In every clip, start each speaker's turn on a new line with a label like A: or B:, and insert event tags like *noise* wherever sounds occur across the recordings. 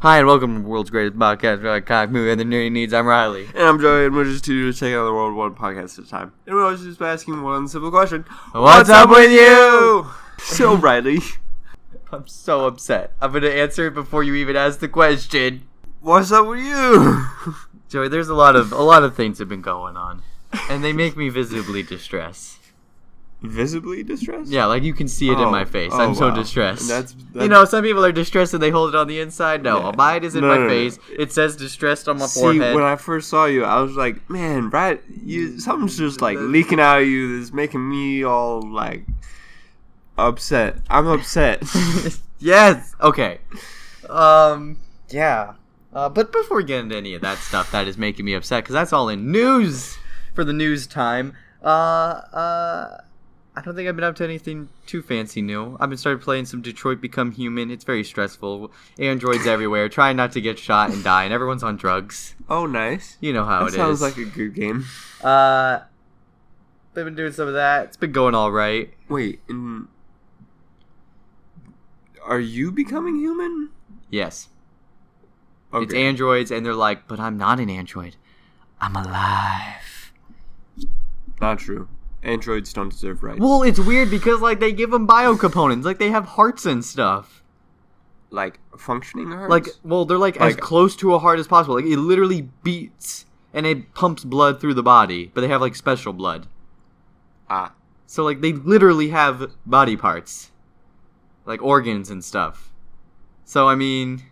A: Hi, and welcome to the world's greatest podcast about cock, movie, and the nerdy needs. I'm Riley.
B: And I'm Joey, and we're just two dudes taking on the world one podcast at a time. And we're always just asking one simple question
A: What's up with you?
B: *laughs* So, Riley,
A: I'm so upset. I'm going to answer it before you even ask the question.
B: what's up with you?
A: Joey, there's a lot of a lot of things have been going on, *laughs* and they make me visibly distressed.
B: Visibly distressed?
A: Yeah, like you can see it in
B: Oh,
A: my face.
B: oh,
A: I'm so
B: wow.
A: distressed.
B: That's-
A: you
B: that-
A: know, some people are distressed and they hold it on the inside. No,
B: Yeah.
A: mine is in
B: No,
A: my
B: no, no.
A: face. It says distressed on my
B: See,
A: forehead.
B: when I first saw you, I was like, man, right? You, something's just like leaking out of you that's making me all like upset.
A: *laughs*
B: I'm upset.
A: yes. Okay. Um. Yeah. Uh, but before we get into any of that stuff, that is making me upset because that's all in news for the news time. Uh. Uh. I don't think I've been up to anything too fancy new. I've been started playing some Detroit Become Human. It's very stressful. Androids everywhere, trying not to get shot and die, and everyone's on drugs.
B: oh, nice.
A: You know how
B: that
A: it is.
B: sounds like a good game.
A: Uh. They've been doing some of that. It's been going all right.
B: Wait, and are you becoming human?
A: Yes. It's androids, and they're like, but I'm not an android. I'm alive.
B: Not true. Androids don't deserve rights.
A: Well, it's weird because like they give them bio components, like they have hearts and stuff.
B: like functioning hearts.
A: Like, well, they're like, as
B: Like-
A: close to a heart as possible. Like it literally beats and it pumps blood through the body, but they have like special blood.
B: ah,
A: So like they literally have body parts, like organs and stuff. So I mean,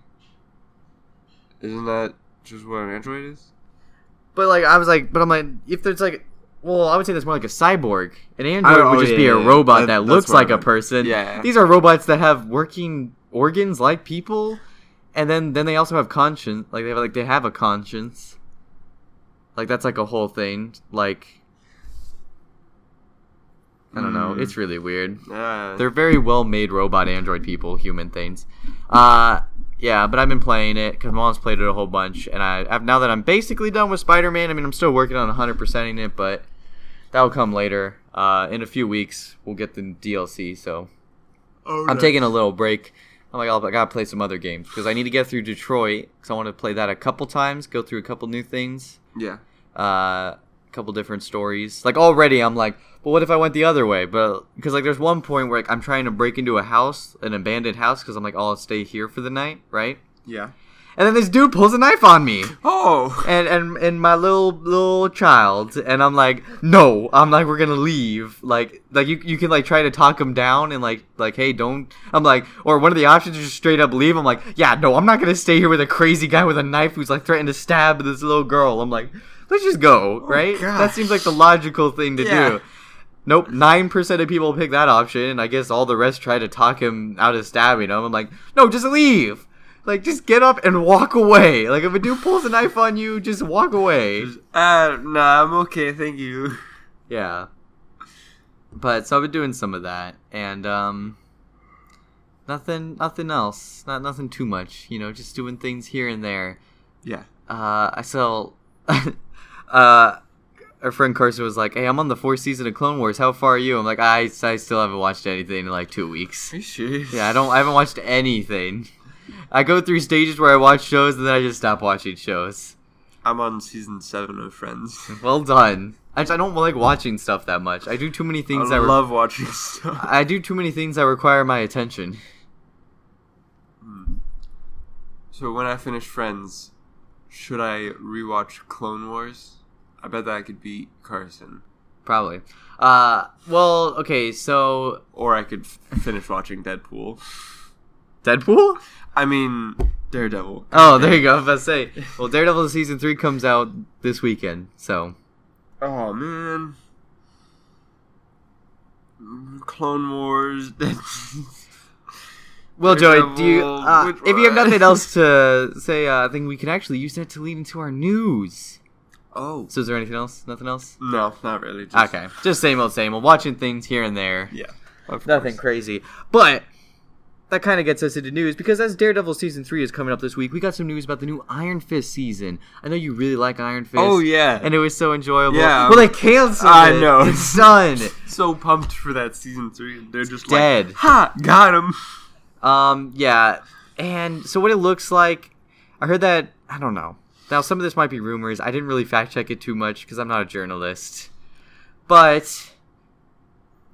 B: isn't that just what an android is?
A: but like I was like, but I'm like, if there's like. Well, I would say that's more like a cyborg. An android
B: oh,
A: would just
B: yeah,
A: be a
B: yeah, yeah.
A: robot
B: That-
A: that,
B: that's
A: looks
B: what I
A: like a
B: meant.
A: person.
B: Yeah.
A: These are robots that have working organs like people, and then then they also have conscience. Like they have like they have a conscience. Like that's like a whole thing. Like I don't know.
B: Mm.
A: It's really weird.
B: Uh,
A: They're very well made robot android people, human things. Uh, yeah, but I've been playing it because mom's played it a whole bunch, and I I've, now that I'm basically done with Spider Man. I mean, I'm still working on 100 percenting it, but that'll come later. Uh, in a few weeks, we'll get the DLC. So
B: Oh,
A: I'm taking a little break. I'm like, I'll- I gotta play some other games because I need to get through Detroit because I want to play that a couple times, go through a couple new things
B: yeah.
A: uh, a couple different stories. Like already, I'm like, well, what if I went the other way? But because like, there's one point where like, I'm trying to break into a house, an abandoned house, because I'm like, oh, I'll stay here for the night, right?
B: Yeah.
A: And then this dude pulls a knife on me,
B: Oh.
A: and and and my little little child, and I'm like, no, I'm like, we're gonna leave. Like like you you can like try to talk him down and like like hey, don't. I'm like, or one of the options is just straight up leave. I'm like, yeah, no, I'm not gonna stay here with a crazy guy with a knife who's like threatened to stab this little girl. I'm like, let's just go, right? That
B: Oh, gosh.
A: seems like the logical thing to
B: Yeah.
A: do. Nope, nine percent of people pick that option, and I guess all the rest try to talk him out of stabbing him. I'm like, no, just leave. Like, just get up and walk away. Like, if a dude pulls a knife on you, just walk away.
B: Uh, nah, I'm okay. Thank you.
A: Yeah. But so I've been doing some of that, and um, nothing, nothing else, not nothing too much. You know, just doing things here and there.
B: Yeah.
A: uh, I saw *laughs* uh, our friend Carson was like, "Hey, I'm on the fourth season of Clone Wars. How far are you?" I'm like, "I I still haven't watched anything in like two weeks.
B: Are you serious?
A: Yeah, I don't. I haven't watched anything. I go through stages where I watch shows and then I just stop watching shows.
B: I'm on season seven of Friends.
A: Well done. I, just- I don't like watching stuff that much. I do too many things
B: I
A: that Ah. re-
B: love watching *laughs* stuff.
A: I do too many things that require my attention.
B: So when I finish Friends, should I rewatch Clone Wars? I bet that I could beat Carson,
A: Probably. Uh, well, okay, so
B: or I could f- finish watching Deadpool.
A: Deadpool.
B: I mean, Daredevil.
A: Oh, there you go. I was about to say. Well, Daredevil season three comes out this weekend, so
B: Oh man. Mm, Clone
C: *laughs*
B: Wars.
A: Well, Joey, do you?
B: Daredevil,
A: Uh,
B: which
A: if you have
B: one? *laughs*
A: nothing else to say, uh, I think we can actually use that to lead into our news.
B: oh.
A: So, is there anything else? Nothing else?
B: No, not really. Just,
A: Okay, just same old, same old. Watching things here and there.
B: Yeah. of
A: Nothing
B: course.
A: crazy, but that kind of gets us into news because as Daredevil season three is coming up this week, we got some news about the new Iron Fist season. I know you really like Iron Fist.
B: Oh yeah.
A: and it was so enjoyable.
B: Yeah.
A: well, they canceled.
B: I
A: it.
B: know.
A: it's
B: *laughs*
A: done.
B: so pumped for that season three, and they're just
A: Dead.
B: like, "Ha, got him."
A: Um, yeah. And so what it looks like I heard that. I don't know. Now, some of this might be rumors. I didn't really fact check it too much because I'm not a journalist. But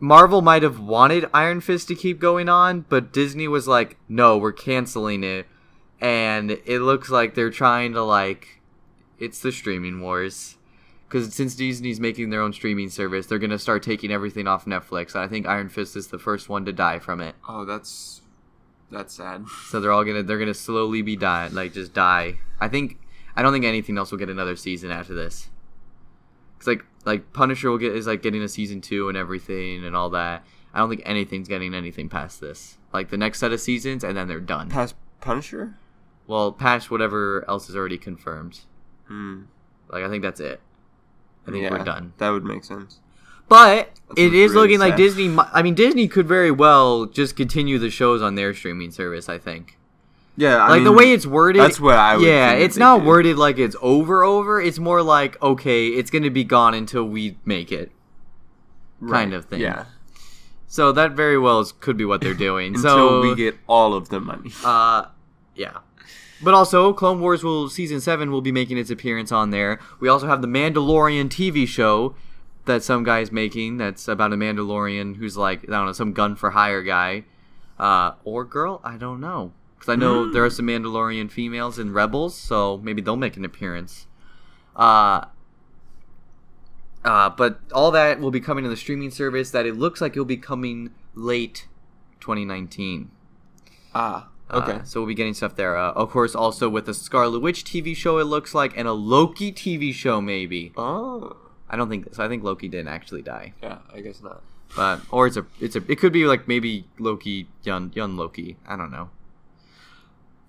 A: Marvel might have wanted Iron Fist to keep going on, but Disney was like, no, we're canceling it. And it looks like they're trying to, like, it's the streaming wars. Because since Disney's making their own streaming service, they're going to start taking everything off Netflix. And I think Iron Fist is the first one to die from it.
B: Oh, that's that's sad.
A: So they're all gonna they're gonna slowly be die like just die. I think I don't think anything else will get another season after this. It's like like Punisher will get is like getting a season two and everything and all that. I don't think anything's getting anything past this. Like the next set of seasons and then they're done.
C: Past Punisher?
A: well, past whatever else is already confirmed.
C: Hmm.
A: Like I think that's it. I think
C: Yeah,
A: we're done.
C: That would make sense.
A: But
C: That's
A: it is
C: really
A: looking like
C: sad.
A: Disney. mi- I mean, Disney could very well just continue the shows on their streaming service. I think.
C: Yeah, I
A: like the
C: mean,
A: way it's worded.
C: that's what I would
A: Yeah,
C: think that
A: it's
C: they
A: not
C: did.
A: worded like it's over over. It's more like okay, it's gonna be gone until we make it. kind of thing.
C: Yeah.
A: So that very well is, could be what they're doing.
C: Until
A: so
C: we get all of the money.
A: uh, yeah. But also, Clone Wars will season seven will be making its appearance on there. We also have the Mandalorian TV show that some guy's making. That's about a Mandalorian who's like I don't know some gun for hire guy, uh, or girl. I don't know because I know there are some Mandalorian females in Rebels, so maybe they'll make an appearance. Uh, uh, but all that will be coming to the streaming service. That it looks like it'll be coming late 2019.
C: Ah.
A: Uh,
C: Okay.
A: so we'll be getting stuff there. Uh, of course, also with a Scarlet Witch TV show, it looks like, and a Loki TV show, maybe.
C: oh.
A: I don't think so. I think Loki didn't actually die,
C: Yeah, I guess not.
A: but or it's a it's a it could be like maybe Loki young young Loki. I don't know.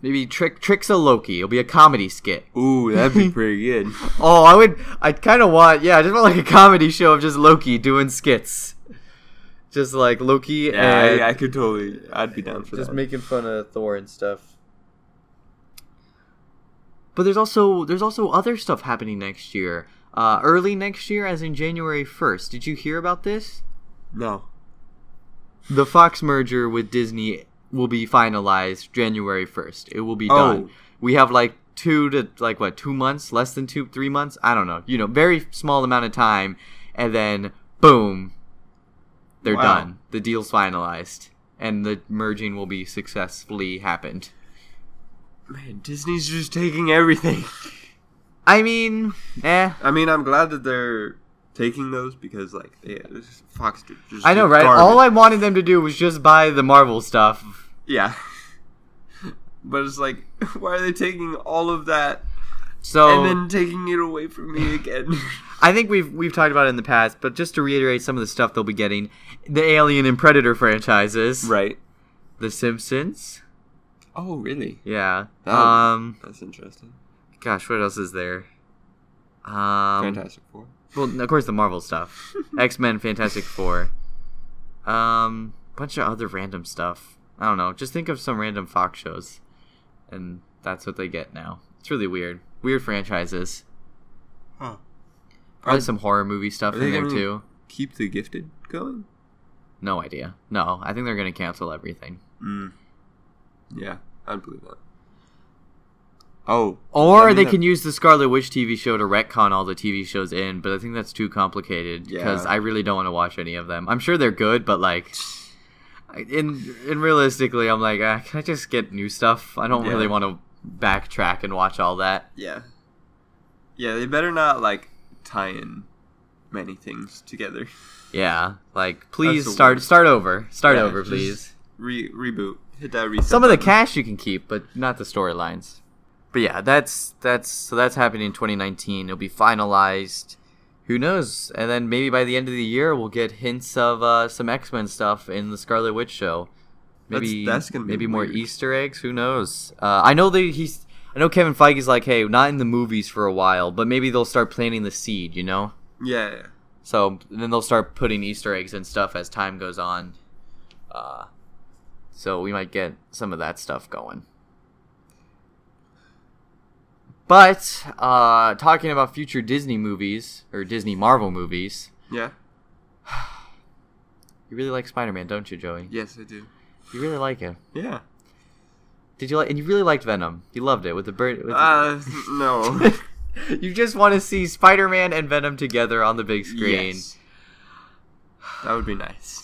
A: Maybe trick tricks a Loki. It'll be a comedy skit.
C: Ooh, that'd
A: *laughs*
C: be pretty good.
A: Oh, I would. I kind of want. Yeah, I just want like a comedy show of just Loki doing skits, just like Loki
C: yeah,
A: and
C: I, I could totally. I'd be down for
A: just
C: that.
A: making fun of Thor and stuff. But there's also there's also other stuff happening next year. Uh, early next year, as in January first. Did you hear about this?
C: no.
A: The Fox merger with Disney will be finalized January first. It will be
C: Oh.
A: done. We have like two to like what two months, less than two, three months. I don't know. You know, very small amount of time, and then boom, they're
C: Wow.
A: done. The deal's finalized, and the merging will be successfully happened.
C: Man, Disney's just taking everything.
A: I mean, eh.
C: *laughs* I mean, I'm glad that they're taking those because, like, yeah, this- Fox ju- just.
A: I know,
C: did
A: right?
C: garbage.
A: All I wanted them to do was just buy the Marvel stuff.
C: Yeah. *laughs* But it's like, *laughs* why are they taking all of that
A: So
C: and then taking it away from me again? *laughs*
A: I think we've we've talked about it in the past, but just to reiterate some of the stuff they'll be getting: the Alien and Predator franchises,
C: right.
A: The Simpsons,
C: Oh, really?
A: yeah.
C: Oh.
A: Um,
C: That's interesting.
A: gosh, what else is there? Um,
C: Fantastic Four.
A: well, of course the
C: *laughs*
A: Marvel stuff, X Men, Fantastic Four, um, bunch of other random stuff. I don't know. Just think of some random Fox shows, and that's what they get now. It's really weird. Weird franchises.
C: Huh.
A: Probably some horror movie stuff
C: Are
A: in
C: they
A: there
C: gonna-
A: too.
C: Keep the gifted going.
A: No idea. No, I think they're gonna cancel everything.
C: Mm. Yeah, I believe that. Oh,
A: Or
C: mean
A: they
C: that-
A: can use the Scarlet Witch TV show to retcon all the TV shows in, but I think that's too complicated because
C: Yeah.
A: I really don't want to watch any of them. I'm sure they're good, but like, I- in in realistically, I'm like, ah, can I just get new stuff? I don't
C: Yeah.
A: really want to backtrack and watch all that.
C: yeah, yeah. They better not like tie in many things together.
A: Yeah, like please
C: the
A: start
C: worst.
A: start over, start
C: Yeah,
A: over,
C: just
A: please.
C: Re reboot. Hit that reset.
A: Some of the
C: button.
A: cash you can keep, but not the storylines. But yeah, that's that's so that's happening in 2019. It'll be finalized. Who knows? And then maybe by the end of the year, we'll get hints of uh, some X Men stuff in the Scarlet Witch show.
C: That's-
A: Maybe
C: that's gonna be
A: maybe more
C: weird.
A: Easter eggs. Who knows? Uh, I know they he's I know Kevin Feige's like, hey, not in the movies for a while, but maybe they'll start planting the seed. You know.
C: Yeah, yeah.
A: So then they'll start putting Easter eggs and stuff as time goes on. Uh, so we might get some of that stuff going. But uh, talking about future Disney movies or Disney Marvel movies,
C: Yeah.
A: you really like Spider Man, don't you, Joey?
C: Yes, I do.
A: You really like him.
C: Yeah.
A: Did you like? And you really liked Venom. You loved it with the bird. With
C: Uh, *laughs* no.
A: you just want to see Spider-Man and Venom together on the big *laughs* screen.
C: Yes. That would be nice.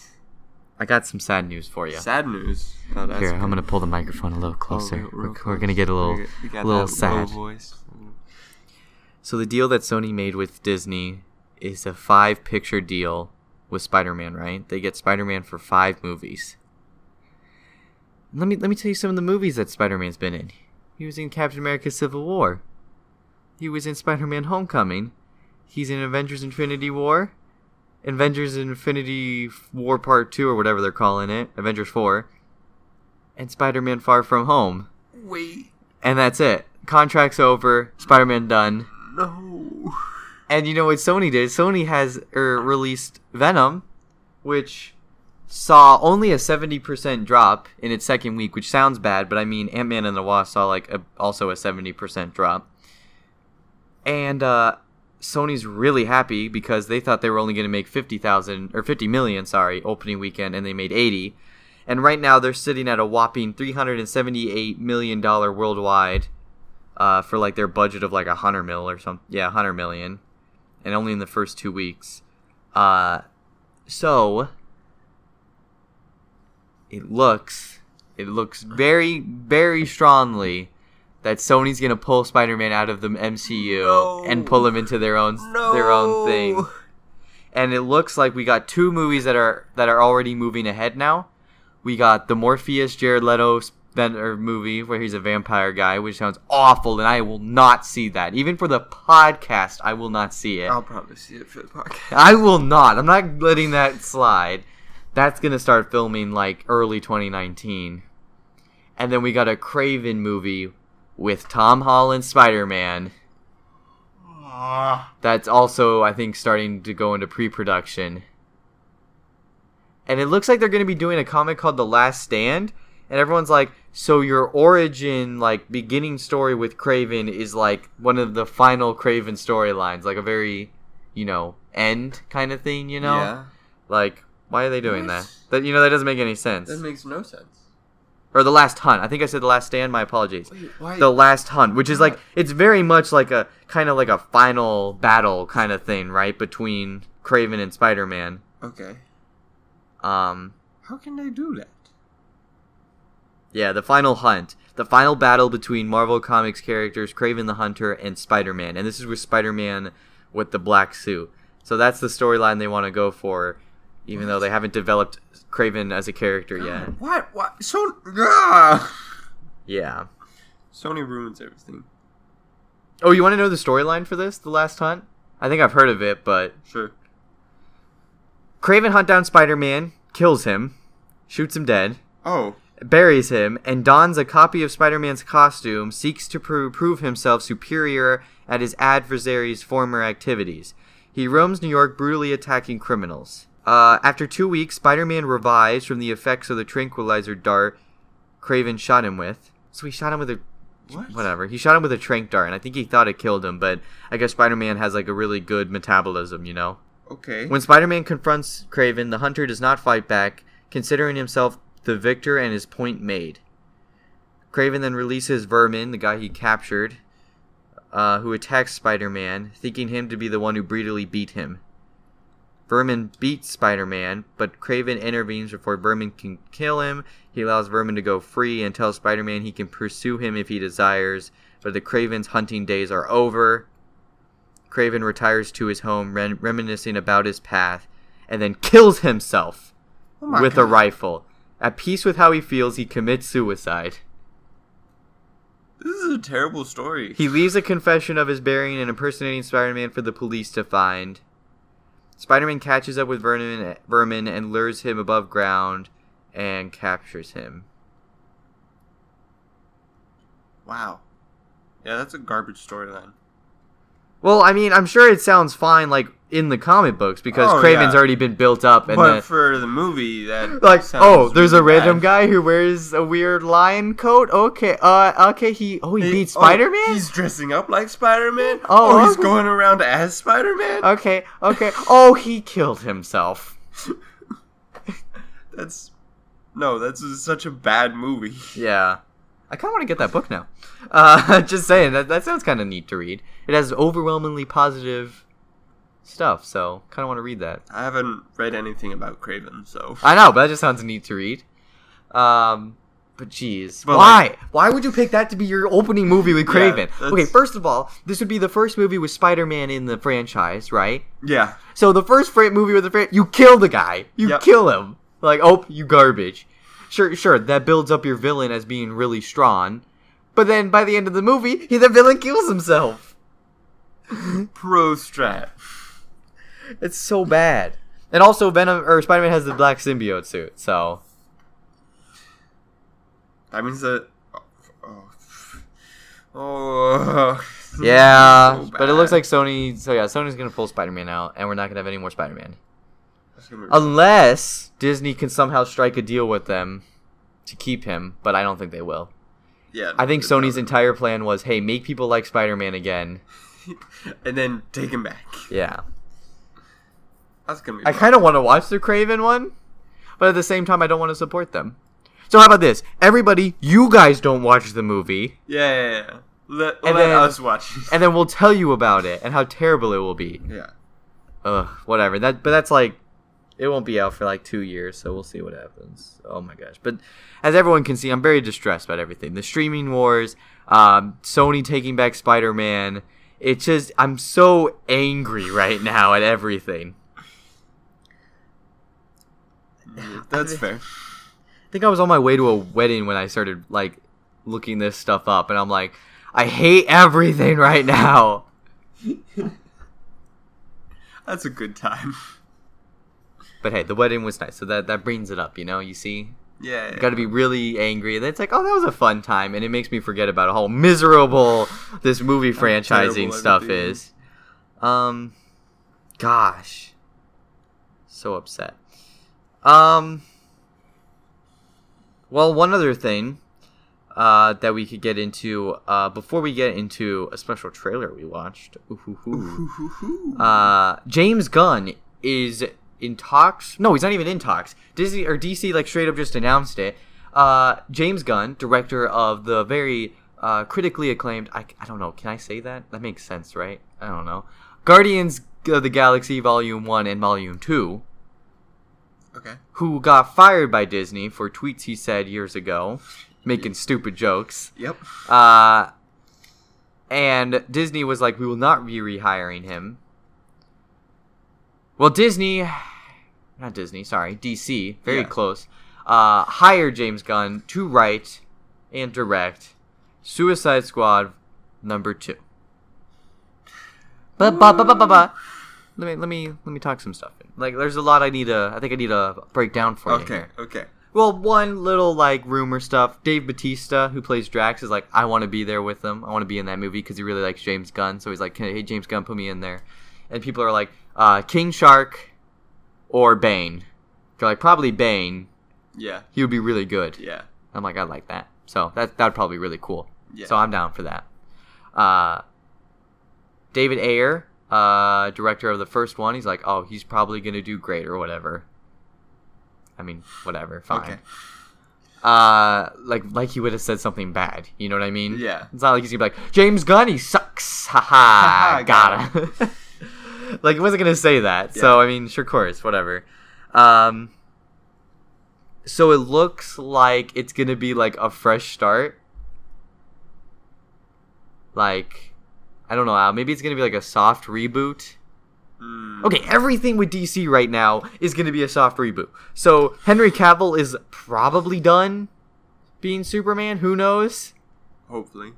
A: I got some sad news for you.
C: Sad news. Oh, that's
A: Here, I'm
C: good.
A: gonna pull the microphone a little
C: Oh,
A: closer.
C: real-
A: we're,
C: real
A: we're
C: close.
A: gonna get a little,
C: We got- we got
A: little
C: that low
A: sad.
C: voice.
A: So the deal that Sony made with Disney is a five-picture deal with Spider-Man. Right? They get Spider-Man for five movies. Let me let me tell you some of the movies that Spider-Man's been in. He was in Captain America: Civil War. He was in Spider-Man: Homecoming. He's in Avengers: Infinity War. Avengers: Infinity War Part Two, or whatever they're calling it, Avengers Four, and Spider-Man: Far From Home.
B: Wait,
A: and that's it. Contract's over. Spider Man done.
B: no.
A: And you know what Sony did? Sony has er, released Venom, which saw only a 70% drop in its second week, which sounds bad, but I mean, Ant Man and the Wasp saw like a, also a 70% drop. And uh, Sony's really happy because they thought they were only going to make 50,000 or 50 million, sorry, opening weekend, and they made 80. And right now they're sitting at a whopping 378 million dollar worldwide uh, for like their budget of like a hundred mil or something. Yeah, hundred million, and only in the first two weeks. Uh, so it looks, it looks very, very strongly that Sony's gonna pull Spider-Man out of the MCU and pull him into their own their own thing. And it looks like we got two movies that are that are already moving ahead now. We got the Morpheus Jared Leto Spender movie where he's a vampire guy, which sounds awful, and I will not see that. Even for the podcast, I will not see it.
B: Oh.
C: I'll probably see it for the podcast.
A: I will not. I'm not letting that slide. That's gonna start filming like early 2019, and then we got a Craven movie with Tom Holland Spider Man. That's also I think starting to go into pre-production. And it looks like they're going to be doing a comic called The Last Stand, and everyone's like, "So your origin, like beginning story with Craven, is like one of the final Craven storylines, like a very, you know, end kind of thing, you know?
C: Yeah.
A: Like, why are they doing
C: What?
A: that? That you know that doesn't make any sense.
C: That makes no sense.
A: or The Last Hunt. I think I said The Last Stand. My apologies.
C: Wait, why?
A: The Last Hunt, which is like it's very much like a kind of like a final battle kind of thing, right, between Craven and Spider-Man.
C: okay.
A: Um,
C: How can they do that?
A: yeah, the final hunt, the final battle between Marvel Comics characters Craven the Hunter and Spider-Man, and this is with Spider-Man with the black suit. So that's the storyline they want to go for, even though they haven't developed Craven as a character
B: *gasps*
A: yet.
C: What? What? So. Ah!
A: Yeah.
C: Sony ruins everything.
A: Oh, you want to know the storyline for this, The Last Hunt? I think I've heard of it, but
C: Sure.
A: Craven hunt down Spider-Man, kills him, shoots him dead,
C: Oh.
A: buries him, and dons a copy of Spider-Man's costume, seeks to pro- prove himself superior at his adversary's former activities. He roams New York brutally attacking criminals. Uh, after two weeks, Spider-Man revives from the effects of the tranquilizer dart Craven shot him with. So he shot him with a
C: What?
A: whatever. He shot him with a trank dart, and I think he thought it killed him, but I guess Spider-Man has like a really good metabolism, you know.
C: Okay.
A: When Spider Man confronts Craven, the hunter does not fight back, considering himself the victor and his point made. Craven then releases Vermin, the guy he captured, uh, who attacks Spider Man, thinking him to be the one who brutally beat him. Vermin beats Spider Man, but Craven intervenes before Vermin can kill him. He allows Vermin to go free and tells Spider Man he can pursue him if he desires, but the Craven's hunting days are over. Craven retires to his home, ren- reminiscing about his path, and then kills himself
C: Oh my
A: with a
C: God.
A: rifle. At peace with how he feels, he commits suicide.
C: This is a terrible story.
A: He leaves a confession of his burying and impersonating Spider Man for the police to find. Spider Man catches up with Vermin, Vermin and lures him above ground and captures him.
C: Wow. Yeah, that's a garbage storyline.
A: Well, I mean, I'm sure it sounds fine, like in the comic books, because
C: Oh,
A: Craven's
C: yeah.
A: already been built up, and
C: But
A: then,
C: for the movie, that
A: *laughs* like,
C: sounds
A: oh, there's a
C: really
A: random
C: bad.
A: guy who wears a weird lion coat. Okay, uh, okay, he oh he,
C: He-
A: beat
C: oh,
A: Spider Man.
C: he's dressing up like Spider Man.
A: Oh,
C: Oh, he's
A: okay. Uh,
C: going around as Spider Man.
A: okay, okay. Oh, he killed himself.
C: That's no, that's such a bad movie.
A: Yeah. I kind of want to get that book now. *laughs* Uh, just saying that that sounds kind of neat to read. It has overwhelmingly positive stuff, so kind of want to read that.
C: I haven't read anything about Craven, so
A: I know, but that just sounds neat to read. Um, but geez,
C: But,
A: why? why would you pick that to be your opening movie with Craven?
C: that's-
A: okay, first of all, this would be the first movie with Spider-Man in the franchise, right?
C: yeah,
A: So the first fra- movie with the fra- you kill the guy, you
C: Yep.
A: kill him. Like, oh, you garbage. Sure, sure, that builds up your villain as being really strong, but then by the end of the movie, *laughs* he, the villain kills himself.
C: pro strat.
A: It's so bad. And also, Venom or Spider-Man has the black symbiote suit, so
C: That means that. Oh, oh
A: Yeah,
C: so
A: but it looks
C: bad.
A: like Sony. So yeah, Sony's gonna pull Spider Man out, and we're not gonna have any more Spider Man
C: That's gonna be-
A: unless Disney can somehow strike a deal with them to keep him. But I don't think they will.
C: yeah,
A: I think
C: it's
A: Sony's
C: not-
A: entire plan was, hey, make people like Spider Man again.
C: and then take him back.
A: Yeah,
C: That's gonna be.
A: I kind of want to watch the Craven one, but at the same time, I don't want to support them. So how about this? Everybody, you guys don't watch the movie,
C: Yeah, yeah, yeah. Let, let
A: And then-
C: us watch. *laughs* it.
A: and then we'll tell you about it and how terrible it will be. *laughs*
C: yeah,
A: Ugh, whatever. That but that's like it won't be out for like two years, so we'll see what happens. Oh my gosh. But as everyone can see, I'm very distressed about everything. The streaming wars, um, Sony taking back Spider Man. It's just I'm so angry right now at everything.
C: Yeah, that's fair.
A: I think I was on my way to a wedding when I started like looking this stuff up and I'm like, I hate everything right now.
C: That's a good time. *laughs*
A: But hey, the wedding was nice, so that, that brings it up, you know, you see?
C: Yeah,
A: got to be really angry. And it's like, oh, that was a fun time, and it makes me forget about how miserable this movie franchising
C: terrible
A: stuff
C: everything
A: is. Um, gosh, so upset. Um, well, one other thing uh, that we could get into uh, before we get into a special trailer we watched. Ooh-hoo-hoo. Uh, James Gunn is in talks. No, he's not even in talks. Disney or DC like straight up just announced it. Uh, James Gunn, director of the very uh, critically acclaimed. I, I don't know. Can I say that? That makes sense, right? I don't know. Guardians of the Galaxy Volume One and Volume Two,
C: okay.
A: who got fired by Disney for tweets he said years ago, making stupid jokes.
C: Yep.
A: Uh, and Disney was like, we will not be rehiring him. Well, Disney, not Disney, sorry, DC, very
C: Yeah.
A: close, uh, hired James Gunn to write and direct Suicide Squad number two. Ba ba ba ba ba ba. Let me let me let me talk some stuff. In. Like, there's a lot I need to. I think I need to break down for you.
C: Okay.
A: here.
C: Okay.
A: Well, one little like rumor stuff. Dave Batista, who plays Drax, is like, I want to be there with them. I want to be in that movie because he really likes James Gunn. So he's like, hey, James Gunn, put me in there. And people are like, uh, King Shark or Bane. They're like, probably Bane.
C: Yeah.
A: He would be really good.
C: Yeah.
A: I'm like, I like that. So that that'd probably be really cool.
C: Yeah.
A: So I'm down for that. Uh, David Ayer, uh, director of the first one, he's like, oh, he's probably gonna do great or whatever. I mean, whatever, fine.
C: Okay.
A: Uh, like like he would have said something bad. You know what I mean?
C: Yeah.
A: It's not like he's gonna be like James Gunn, he sucks. *laughs* Ha ha.
C: Haha,
A: Got him.
C: *laughs*
A: *laughs* like he wasn't gonna say that. So I mean, sure, of course, whatever. Um. So it looks like it's gonna be like a fresh start. Like, I don't know. Al, Maybe it's gonna be like a soft reboot.
C: Mm,
A: Okay, everything with DC right now is going to be a soft reboot. So Henry Cavill is probably done being Superman. Who knows?
C: Hopefully.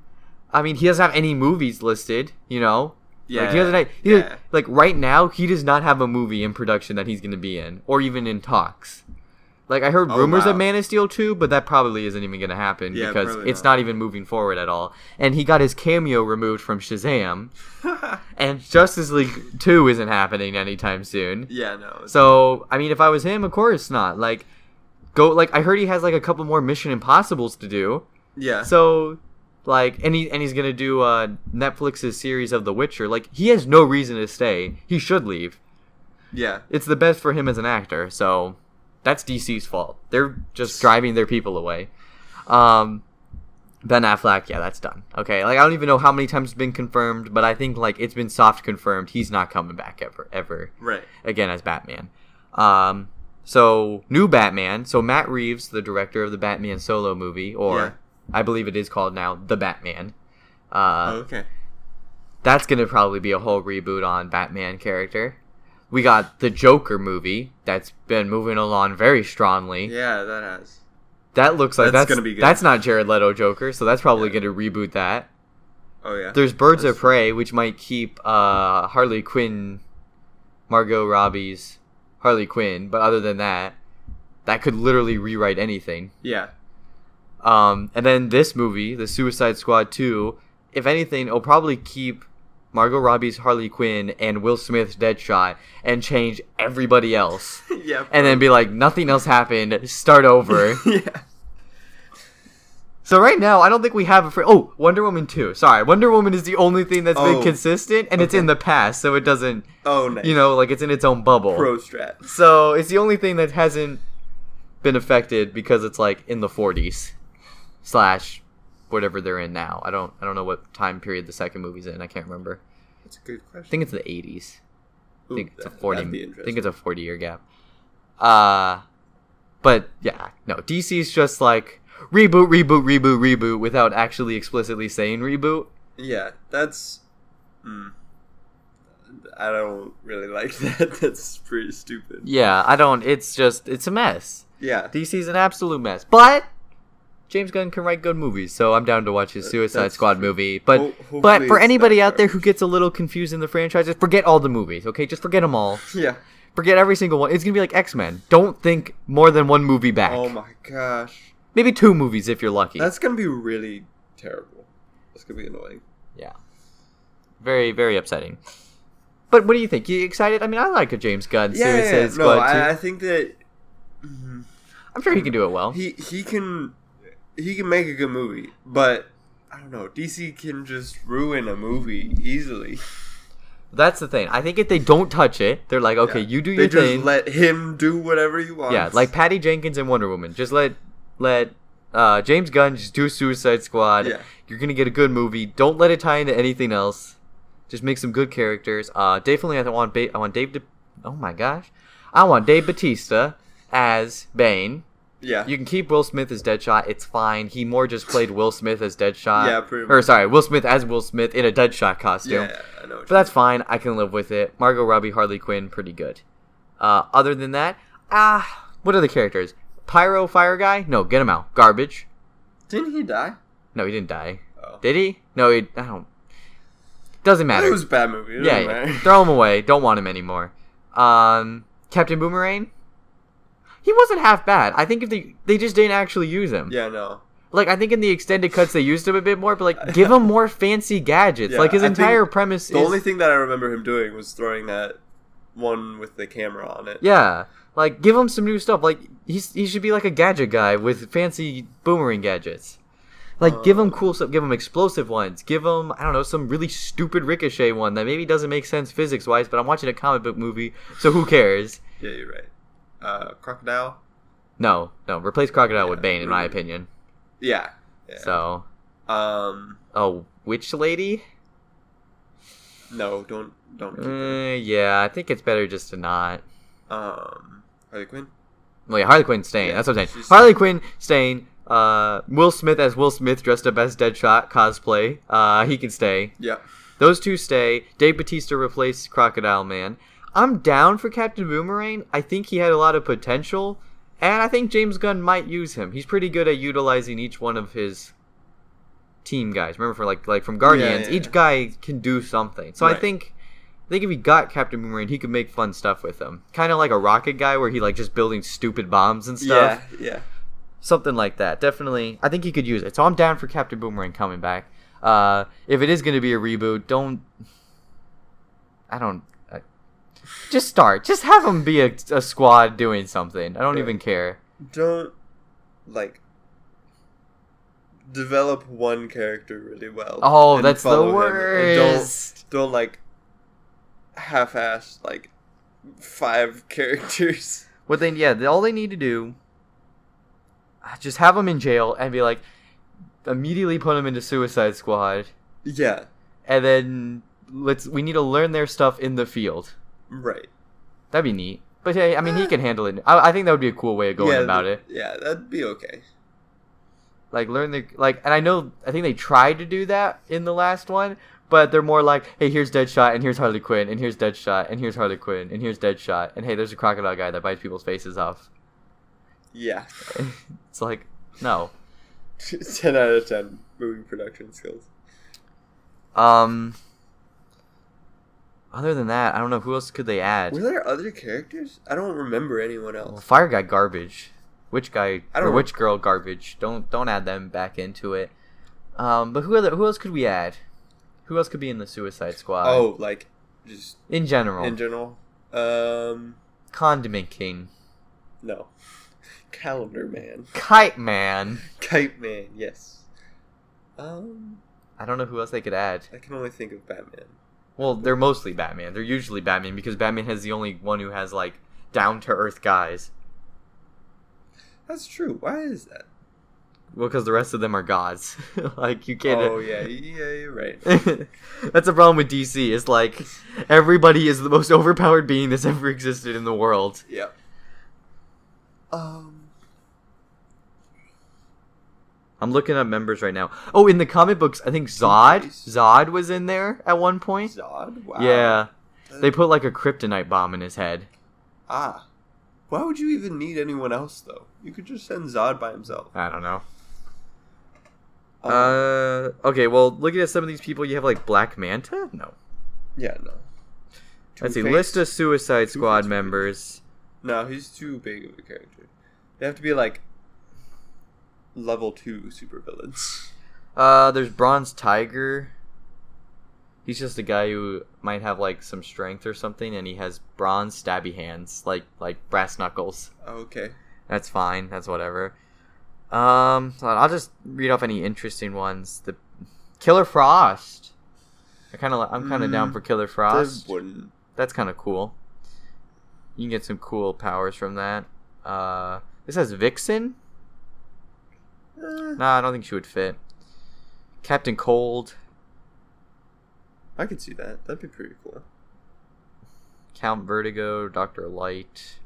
A: I mean, he doesn't have any movies listed. You know,
C: Yeah.
A: Like, the other night, he-
C: yeah.
A: like right now, he does not have a movie in production that he's going to be in, or even in talks. Like I heard
C: Oh,
A: rumors of
C: wow.
A: Man of Steel 2, but that probably isn't even going to happen
C: Yeah,
A: because
C: probably
A: it's
C: not.
A: not even moving forward at all. And he got his cameo removed from Shazam, and Justice League 2 isn't happening anytime soon.
C: *laughs* yeah. No. it's-
A: So I mean, if I was him, of course not. Like, go like I heard he has like a couple more Mission Impossible's to do.
C: yeah.
A: So like, and he and he's gonna do uh, Netflix's series of The Witcher. Like, he has no reason to stay. He should leave.
C: yeah.
A: It's the best for him as an actor. So that's DC's fault. They're just driving their people away. Um, Ben Affleck, yeah, that's done. Okay, like I don't even know how many times it's been confirmed, but I think like it's been soft confirmed he's not coming back ever, ever
B: Right.
A: again as Batman. Um, so new Batman. So Matt Reeves, the director of the Batman solo movie, or
B: Yeah.
A: I believe it is called now the Batman. Uh,
B: okay.
A: That's gonna probably be a whole reboot on Batman character. We got the Joker movie that's been moving along very strongly.
B: Yeah, that has.
A: That looks like that's,
B: That's
A: gonna
B: gonna
A: be
B: be good.
A: that's not Jared Leto Joker, so that's probably
B: Yeah.
A: gonna reboot that.
B: Oh yeah.
A: There's Birds
B: That's
A: of Prey, which might keep uh, Harley Quinn, Margot Robbie's Harley Quinn, but other than that, that could literally rewrite anything.
B: yeah.
C: *laughs*
A: Um, and then this movie, The Suicide Squad 2, if anything, it'll probably keep Margot Robbie's Harley Quinn and Will Smith's Deadshot and change everybody else.
B: yeah.
A: And then be like, nothing else happened, start over.
B: *laughs* yeah.
A: So right now, I don't think we have a fr- oh Wonder Woman two. Sorry, Wonder Woman is the only thing that's been
B: Oh,
A: consistent, and it's
B: okay.
A: in the past, so it doesn't
B: Oh nice.
A: you know like it's in its own bubble.
B: pro strats.
A: So it's the only thing that hasn't been affected because it's like in the forties slash whatever they're in now. I don't I don't know what time period the second movie's in. I can't remember.
B: That's a good question.
A: I think it's the eighties. I think it's a forty.
B: That'd be
A: I
B: interesting.
A: think it's a forty year gap. Uh but yeah, no. DC's just like reboot, reboot, reboot, reboot without actually explicitly saying reboot.
B: yeah, that's. Mm, I don't really like *laughs* that. That's pretty stupid.
A: Yeah, I don't. It's just it's a mess.
B: Yeah.
A: DC's an absolute mess. But James Gunn can write good movies, so I'm down to watch his
B: That-
A: Suicide
B: that's
A: Squad
B: true.
A: movie. But
B: Ho- hopefully
A: but for
B: it's
A: anybody
B: not
A: out there who gets a little confused in the franchise, just forget all the movies. Okay, just forget them all.
B: Yeah.
A: Forget every single one. It's gonna be like X Men. Don't think more than one movie back.
B: Oh my gosh.
A: Maybe two movies if you're lucky.
B: That's gonna be really terrible. That's gonna be annoying.
A: Yeah. Very, very upsetting. But what do you think? You excited? I mean, I like a James Gunn
B: Yeah, yeah,
A: Suicide
B: yeah. no,
A: Squad
B: I, I
A: too.
B: think that Mhm.
A: I'm sure he can do it well.
B: he he can he can make a good movie, but I don't know. DC can just ruin a movie easily.
A: That's the thing. I think if they don't touch it, they're like, okay,
B: Yeah.
A: you do
B: They
A: your
B: just
A: thing.
B: let him do whatever he wants.
A: yeah, like Patty Jenkins and Wonder Woman. Just let let uh, James Gunn just do Suicide Squad.
B: Yeah.
A: You're gonna get a good movie. Don't let it tie into anything else. Just make some good characters. Uh, definitely, I want ba- I want Dave. De- oh my gosh, I want Dave Batista as Bane.
B: yeah,
A: You can keep Will Smith as Deadshot. It's fine. He more just played Will Smith as Deadshot.
B: Yeah, pretty
A: Or
B: much.
A: sorry, Will Smith as Will Smith in a Deadshot costume.
B: yeah, I know. what
A: But that's fine. I can live with it. Margot Robbie, Harley Quinn, pretty good. Uh, other than that, ah, what are the characters? Pyro, Fire Guy? No, get him out. Garbage.
B: you- didn't he die?
A: No, he didn't die.
B: Oh.
A: Did he? No, he. I don't. Doesn't matter.
B: It was a bad movie. It
A: yeah,
B: doesn't
A: yeah.
B: *laughs* matter.
A: throw him away. Don't want him anymore. Um, Captain Boomerang. He wasn't half bad. I think if they they just didn't actually use him.
B: yeah, no.
A: Like I think in the extended cuts they used him a bit more, but like give him more fancy gadgets.
B: Yeah,
A: like his
B: I think
A: entire premise
B: The
A: is
B: only thing that I remember him doing was throwing that one with the camera on it.
A: yeah. Like give him some new stuff. Like he's he should be like a gadget guy with fancy boomerang gadgets. Like give
B: Uh.
A: him cool stuff. Give him explosive ones. Give him I don't know some really stupid ricochet one that maybe doesn't make sense physics wise, but I'm watching a comic book movie, so who cares?
B: Yeah, you're right. Uh, crocodile.
A: No, no. Replace Crocodile with
B: Yeah,
A: Bane, in my
B: really.
A: opinion.
B: Yeah. yeah.
A: So,
B: Um.
A: oh, Witch Lady?
B: No, don't don't. do that.
A: Uh, yeah, I think it's better just to not.
B: Um. Harley Quinn.
A: Well, yeah, Harley Quinn staying.
B: Yeah,
A: That's what I'm saying.
B: she's-
A: Harley Quinn staying. Uh, Will Smith as Will Smith dressed up as Deadshot cosplay. Uh, he can stay.
B: Yeah.
A: Those two stay. Dave Batista replaced Crocodile Man. I'm down for Captain Boomerang. I think he had a lot of potential, and I think James Gunn might use him. He's pretty good at utilizing each one of his team guys. Remember, for like like from Guardians,
B: yeah,
A: each
B: yeah.
A: guy can do something. So I
B: Right.
A: think I think if he got Captain Boomerang, he could make fun stuff with him. Kind of like a rocket guy, where he like just building stupid bombs and stuff
B: Yeah. Yeah.
A: something like that. Definitely, I think he could use it. So I'm down for Captain Boomerang coming back. Uh, if it is going to be a reboot, don't. I don't. I, just start. Just have him be a, a squad doing something. I don't
B: Yeah.
A: even care.
B: Don't like develop one character really well.
A: Oh,
B: and
A: that's the
B: follow him, and
A: worst.
B: Don't don't like half-ass like five *laughs* characters.
A: What uh, they yeah, they, all they need to do. Just have him in jail and be like, immediately put them into Suicide Squad,
B: Yeah.
A: and then let's we need to learn their stuff in the field.
B: Right.
A: That'd be neat. But hey, I mean, he can handle it. I, I think that would be a cool way of going
B: yeah,
A: about
B: th-
A: it.
B: Yeah, that'd be okay.
A: Like learn the like, and I know I think they tried to do that in the last one, but they're more like, hey, here's Deadshot, and here's Harley Quinn, and here's Deadshot, and here's Harley Quinn, and here's Deadshot, and hey, there's a crocodile guy that bites people's faces off.
B: Yeah. *laughs*
A: it's like, no.
B: 10 out of 10 movie production skills.
A: Um. Other than that, I don't know who else could they add.
B: Were there other characters? I don't remember anyone
A: Well,
B: else.
A: fire guy garbage. Witch guy
B: I don't
A: or
B: know.
A: witch girl garbage. Don't don't add them back into it. Um, but who other, who else could we add? Who else could be in the Suicide Squad?
B: oh, like just
A: in general,
B: in general. Um,
A: Condiment King,
B: no. *laughs* Calendar Man,
A: Kite Man.
B: Kite Man, yes. Um,
A: I don't know who else they could add.
B: I can only think of Batman.
A: Well, they're mostly Batman. They're usually Batman because Batman has the only one who has like down to earth guys.
B: That's true. Why is that?
A: Well, because the rest of them are gods. *laughs* like you can't.
B: oh yeah, yeah, you're right.
A: *laughs* That's a problem with DC. It's like everybody is the most *laughs* overpowered being that's ever existed in the world.
B: yeah. Um,
A: I'm looking up members right now. Oh, in the comic books, I think Zod
B: Nice.
A: Zod was in there at one point.
B: Zod. Wow.
A: Yeah,
B: That-
A: they put like a kryptonite bomb in his head.
B: ah. Why would you even need anyone else though? You could just send Zod by himself.
A: I don't know.
B: Um,
A: Uh, okay. Well, looking at some of these people, you have like Black Manta. No,
B: yeah, no.
A: let's see.
B: Two-Face?
A: List of Suicide Squad
B: Two-Face.
A: members.
B: No, he's too big of a character. They have to be like level two supervillains. *laughs*
A: Uh, there's Bronze Tiger. He's just a guy who might have like some strength or something, and he has bronze stabby hands, like like brass knuckles.
B: Okay.
A: That's fine. That's whatever. Um, so I'll just read off any interesting ones. The Killer Frost. I kind of I'm kind of down
B: Mm,
A: for Killer
B: They
A: Frost.
B: wouldn't.
A: That's kind of cool. You can get some cool powers from that. Uh, this has Vixen.
B: Eh,
A: Nah, I don't think she would fit. Captain Cold,
B: I could see that. That'd be pretty cool.
A: Count Vertigo, Doctor Light,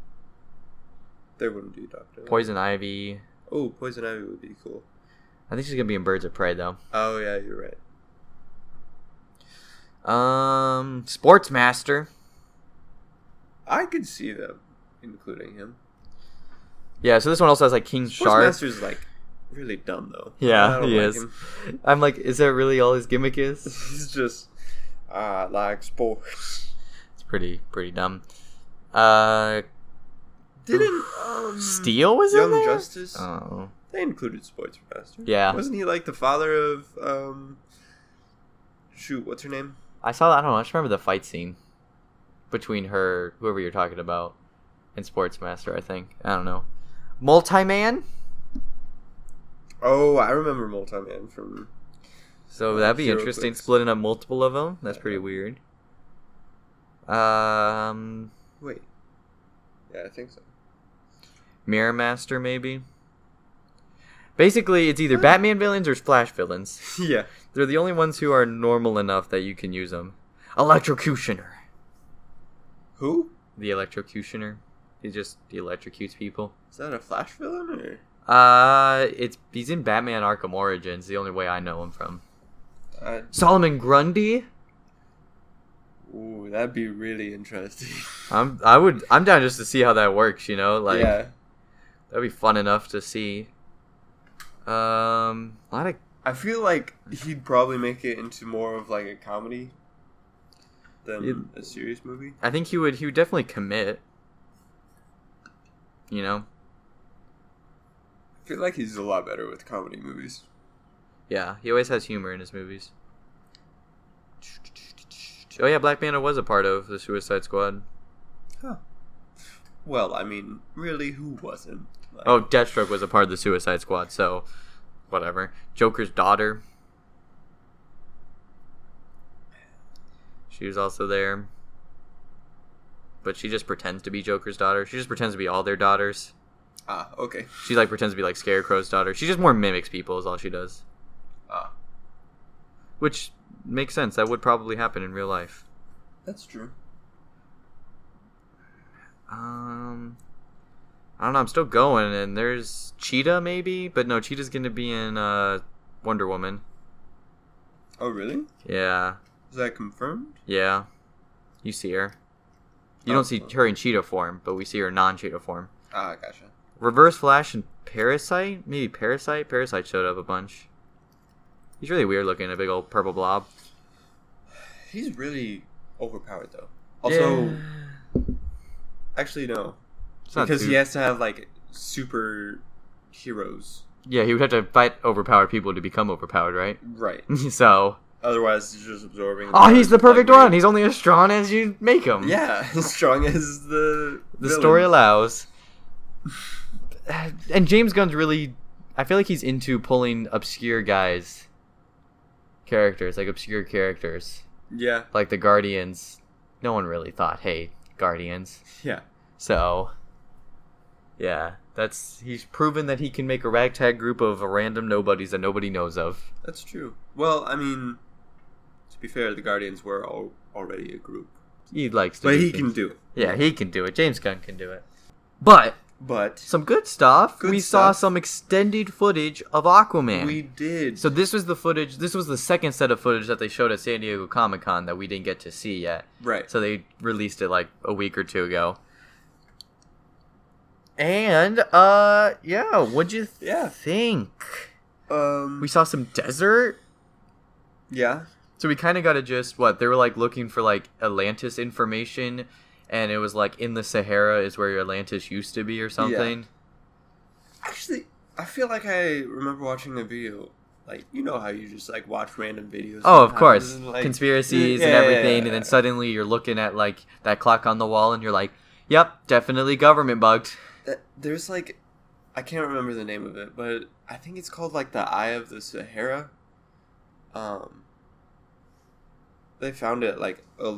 B: They wouldn't do Doctor. Light.
A: Poison Ivy.
B: Oh, Poison Ivy would be cool.
A: I think she's gonna be in Birds of Prey though.
B: Oh yeah, you're right.
A: Um, Sportsmaster.
B: I could see them including him.
A: Yeah, so this one also has like King Shark.
B: Sportsmaster's like really dumb though.
A: Yeah,
B: I don't
A: he
B: like
A: is.
B: him. *laughs*
A: I'm like, is that really all his gimmick is?
B: He's just ah like sports.
A: It's pretty pretty dumb. Uh,
B: *laughs* Didn't um,
A: Steel was in
B: Young
A: there.
B: Justice?
A: Oh,
B: They included Sportsmaster.
A: Yeah.
B: Wasn't he like the father of um shoot, what's her name?
A: I saw. I don't know. I just remember the fight scene between her, whoever you're talking about, and Sportsmaster. I think. I don't know. Multi Man.
B: Oh, I remember Multiman from
A: So
B: Uh,
A: that'd be
B: Hero
A: interesting.
B: Clicks.
A: Splitting up multiple of them. That's
B: Yeah.
A: pretty weird. Um,
B: wait. Yeah, I think so. *laughs*
A: Mirror Master maybe. Basically, it's either Batman villains or Flash villains.
B: yeah.
A: They're the only ones who are normal enough that you can use them. Electrocutioner.
B: Who?
A: The electrocutioner. He just he electrocutes people.
B: Is that a Flash villain or
A: Uh, it's he's in Batman Arkham Origins. The only way I know him from
B: I,
A: Solomon Grundy.
B: ooh, that'd be really interesting. *laughs*
A: I'm I would I'm down just to see how that works. You know, like
B: yeah.
A: that'd be fun enough to see. Um, a lot of
B: I feel like he'd probably make it into more of like a comedy than
A: It-
B: a serious movie.
A: I think he would he would definitely commit. You know,
B: I feel like he's a lot better with comedy movies.
A: Yeah, he always has humor in his movies. Oh yeah, Black Panther was a part of the Suicide Squad.
B: Well, I mean, really, who wasn't? Like,
A: Oh, Deathstroke was a part of the Suicide Squad, so whatever. Joker's daughter. She was also there. But she just pretends to be Joker's daughter. She just pretends to be all their daughters.
B: ah, okay.
A: She like pretends to be like Scarecrow's daughter. She just more mimics people is all she does.
B: Ah,
A: which makes sense. That would probably happen in real life.
B: That's true.
A: Um, I don't know. I'm still going, and there's Cheetah maybe, but no, Cheetah's gonna be in uh, Wonder Woman.
B: Oh, really?
A: Yeah,
B: Is that confirmed?
A: yeah. You see her. You
B: Oh,
A: don't see
B: oh.
A: her in Cheetah form, but we see her non-Cheetah form.
B: Ah, gotcha.
A: Reverse Flash and Parasite, maybe Parasite. Parasite showed up a bunch. He's really weird looking, a big old purple blob.
B: He's really overpowered, though. Also,
A: Yeah.
B: actually, no.
A: It's not
B: Because
A: too-
B: he has to have, like, super heroes.
A: yeah, he would have to fight overpowered people to become overpowered, right? *laughs*
B: Right.
A: so,
B: Otherwise, he's just absorbing.
A: oh, he's the perfect
B: like,
A: one. He's only as strong as you make him.
B: *laughs* yeah, as strong as the.
A: the
B: villain.
A: story allows. And James Gunn's really, I feel like he's into pulling obscure guys, characters like obscure characters,
B: Yeah,
A: like the Guardians. No one really thought, hey, Guardians.
B: yeah.
A: So, yeah, that's he's proven that he can make a ragtag group of random nobodies that nobody knows of.
B: That's true. Well, I mean, to be fair, the Guardians were all already a group,
A: He likes to,
B: but
A: do
B: he
A: things.
B: can do it.
A: Yeah, he can do it. James Gunn can do it. But
B: But
A: some good stuff.
B: Good
A: we saw
B: stuff.
A: some extended footage of Aquaman.
B: we did.
A: So this was the footage. This was the second set of footage that they showed at San Diego Comic Con that we didn't get to see yet.
B: right.
A: So they released it like a week or two ago. And uh, yeah, what'd you th-
B: Yeah.
A: think?
B: Um.
A: We saw some desert.
B: yeah.
A: So we kind of got to just what they were like looking for like Atlantis information, and it was like in the Sahara is where Atlantis used to be or something.
B: Actually, I feel like I remember watching a video. Like you know how you just like watch random videos.
A: Oh, of
B: sometimes
A: course,
B: and, like-
A: conspiracies and
B: Yeah, yeah,
A: everything,
B: yeah.
A: and then suddenly you're looking at like that clock on the wall, and you're like, "Yep, definitely government bugged."
B: Th- There's like, I can't remember the name of it, but I think it's called like the Eye of the Sahara. Um, they found it like a,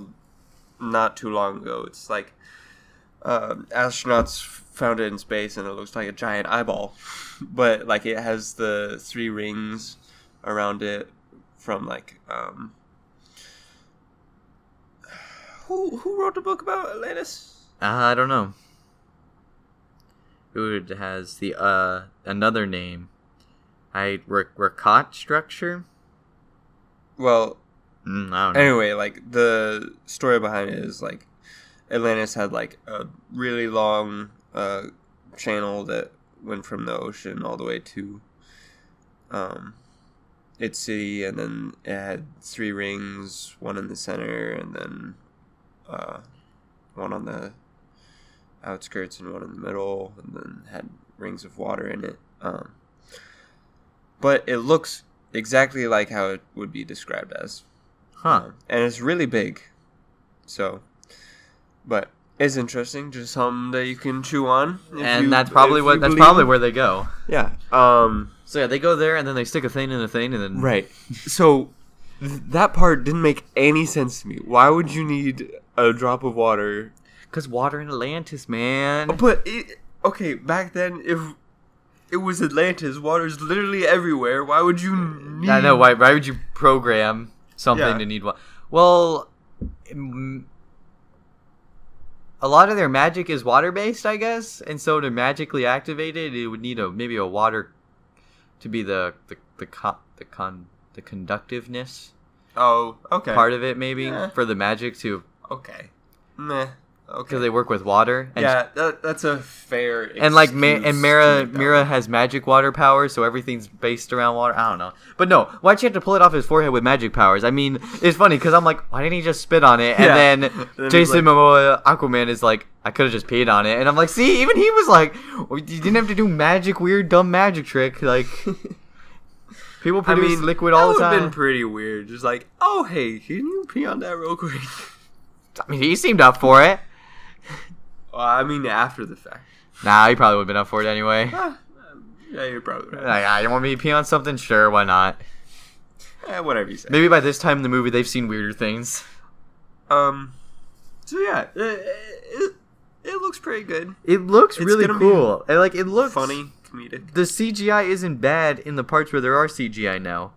B: not too long ago. It's like um, astronauts found it in space, and it looks like a giant eyeball, *laughs* but like it has the three rings around it from like um. *sighs* Who who wrote the book about Atlantis?
A: Uh, I don't know. It has the uh another name, I Rak- Rakat structure.
B: Well,
A: Mm, I don't know.
B: anyway, like the story behind it is like Atlantis had like a really long uh, channel that went from the ocean all the way to um, its city, and then it had three rings, one in the center, and then uh, one on the outskirts and one in the middle, and then had rings of water in it. Um, but it looks exactly like how it would be described as
A: huh?
B: and it's really big. So, but it's interesting. Just something that you can chew on. if
A: And
B: you-
A: that's probably
B: if
A: what
B: you
A: that's
B: believe.
A: probably where they go.
B: Yeah. Um.
A: So yeah, they go there and then they stick a thing in a thing and then
B: Right. So th- that part didn't make any sense to me. Why would you need a drop of water?
A: Cause water in Atlantis, man.
B: But it, okay, back then if it was Atlantis, water's literally everywhere. Why would you need?
A: I know why. Why would you program something
B: Yeah.
A: to need one? Well, mm, a lot of their magic is water based, I guess, and so to magically activate it, it would need a maybe a water to be the the the con, the con the conductiveness
B: Oh, okay.
A: part of it, maybe
B: Yeah.
A: for the magic to
B: okay. Meh. Okay.
A: because they work with water. And
B: yeah, that, that's a fair.
A: And like Ma-
B: excuse
A: and
B: to
A: Mira
B: make that
A: Mira has magic water powers, so everything's based around water. I don't know, but no, why'd you have to pull it off his forehead with magic powers? I mean, it's funny because I'm like, why didn't he just spit on it? And
B: Yeah.
A: then,
B: *laughs* Then he's
A: Jason
B: like-
A: Momoa Aquaman is like, I could have just peed on it, and I'm like, see, even he was like, well, you didn't have to do magic, weird, dumb magic trick. Like, people
B: *laughs* I
A: produce
B: mean,
A: liquid all the
B: that would've
A: time.
B: been pretty weird. Just like, oh hey, can you pee on that real quick? *laughs*
A: I mean, he seemed up for it.
B: Well, I mean, after the fact.
A: Nah, he probably would have been up for it anyway. *laughs*
B: Ah, um, yeah, you're probably right.
A: Like, I don't want me to pee on something. Sure, why not?
B: Eh, whatever you say.
A: Maybe by this time in the movie, they've seen weirder things.
B: Um. So yeah, it, it, it looks pretty good.
A: It looks
B: It's
A: really
B: gonna be
A: cool. And, like it looks
B: Funny, comedic.
A: The CGI isn't bad in the parts where there are CGI now.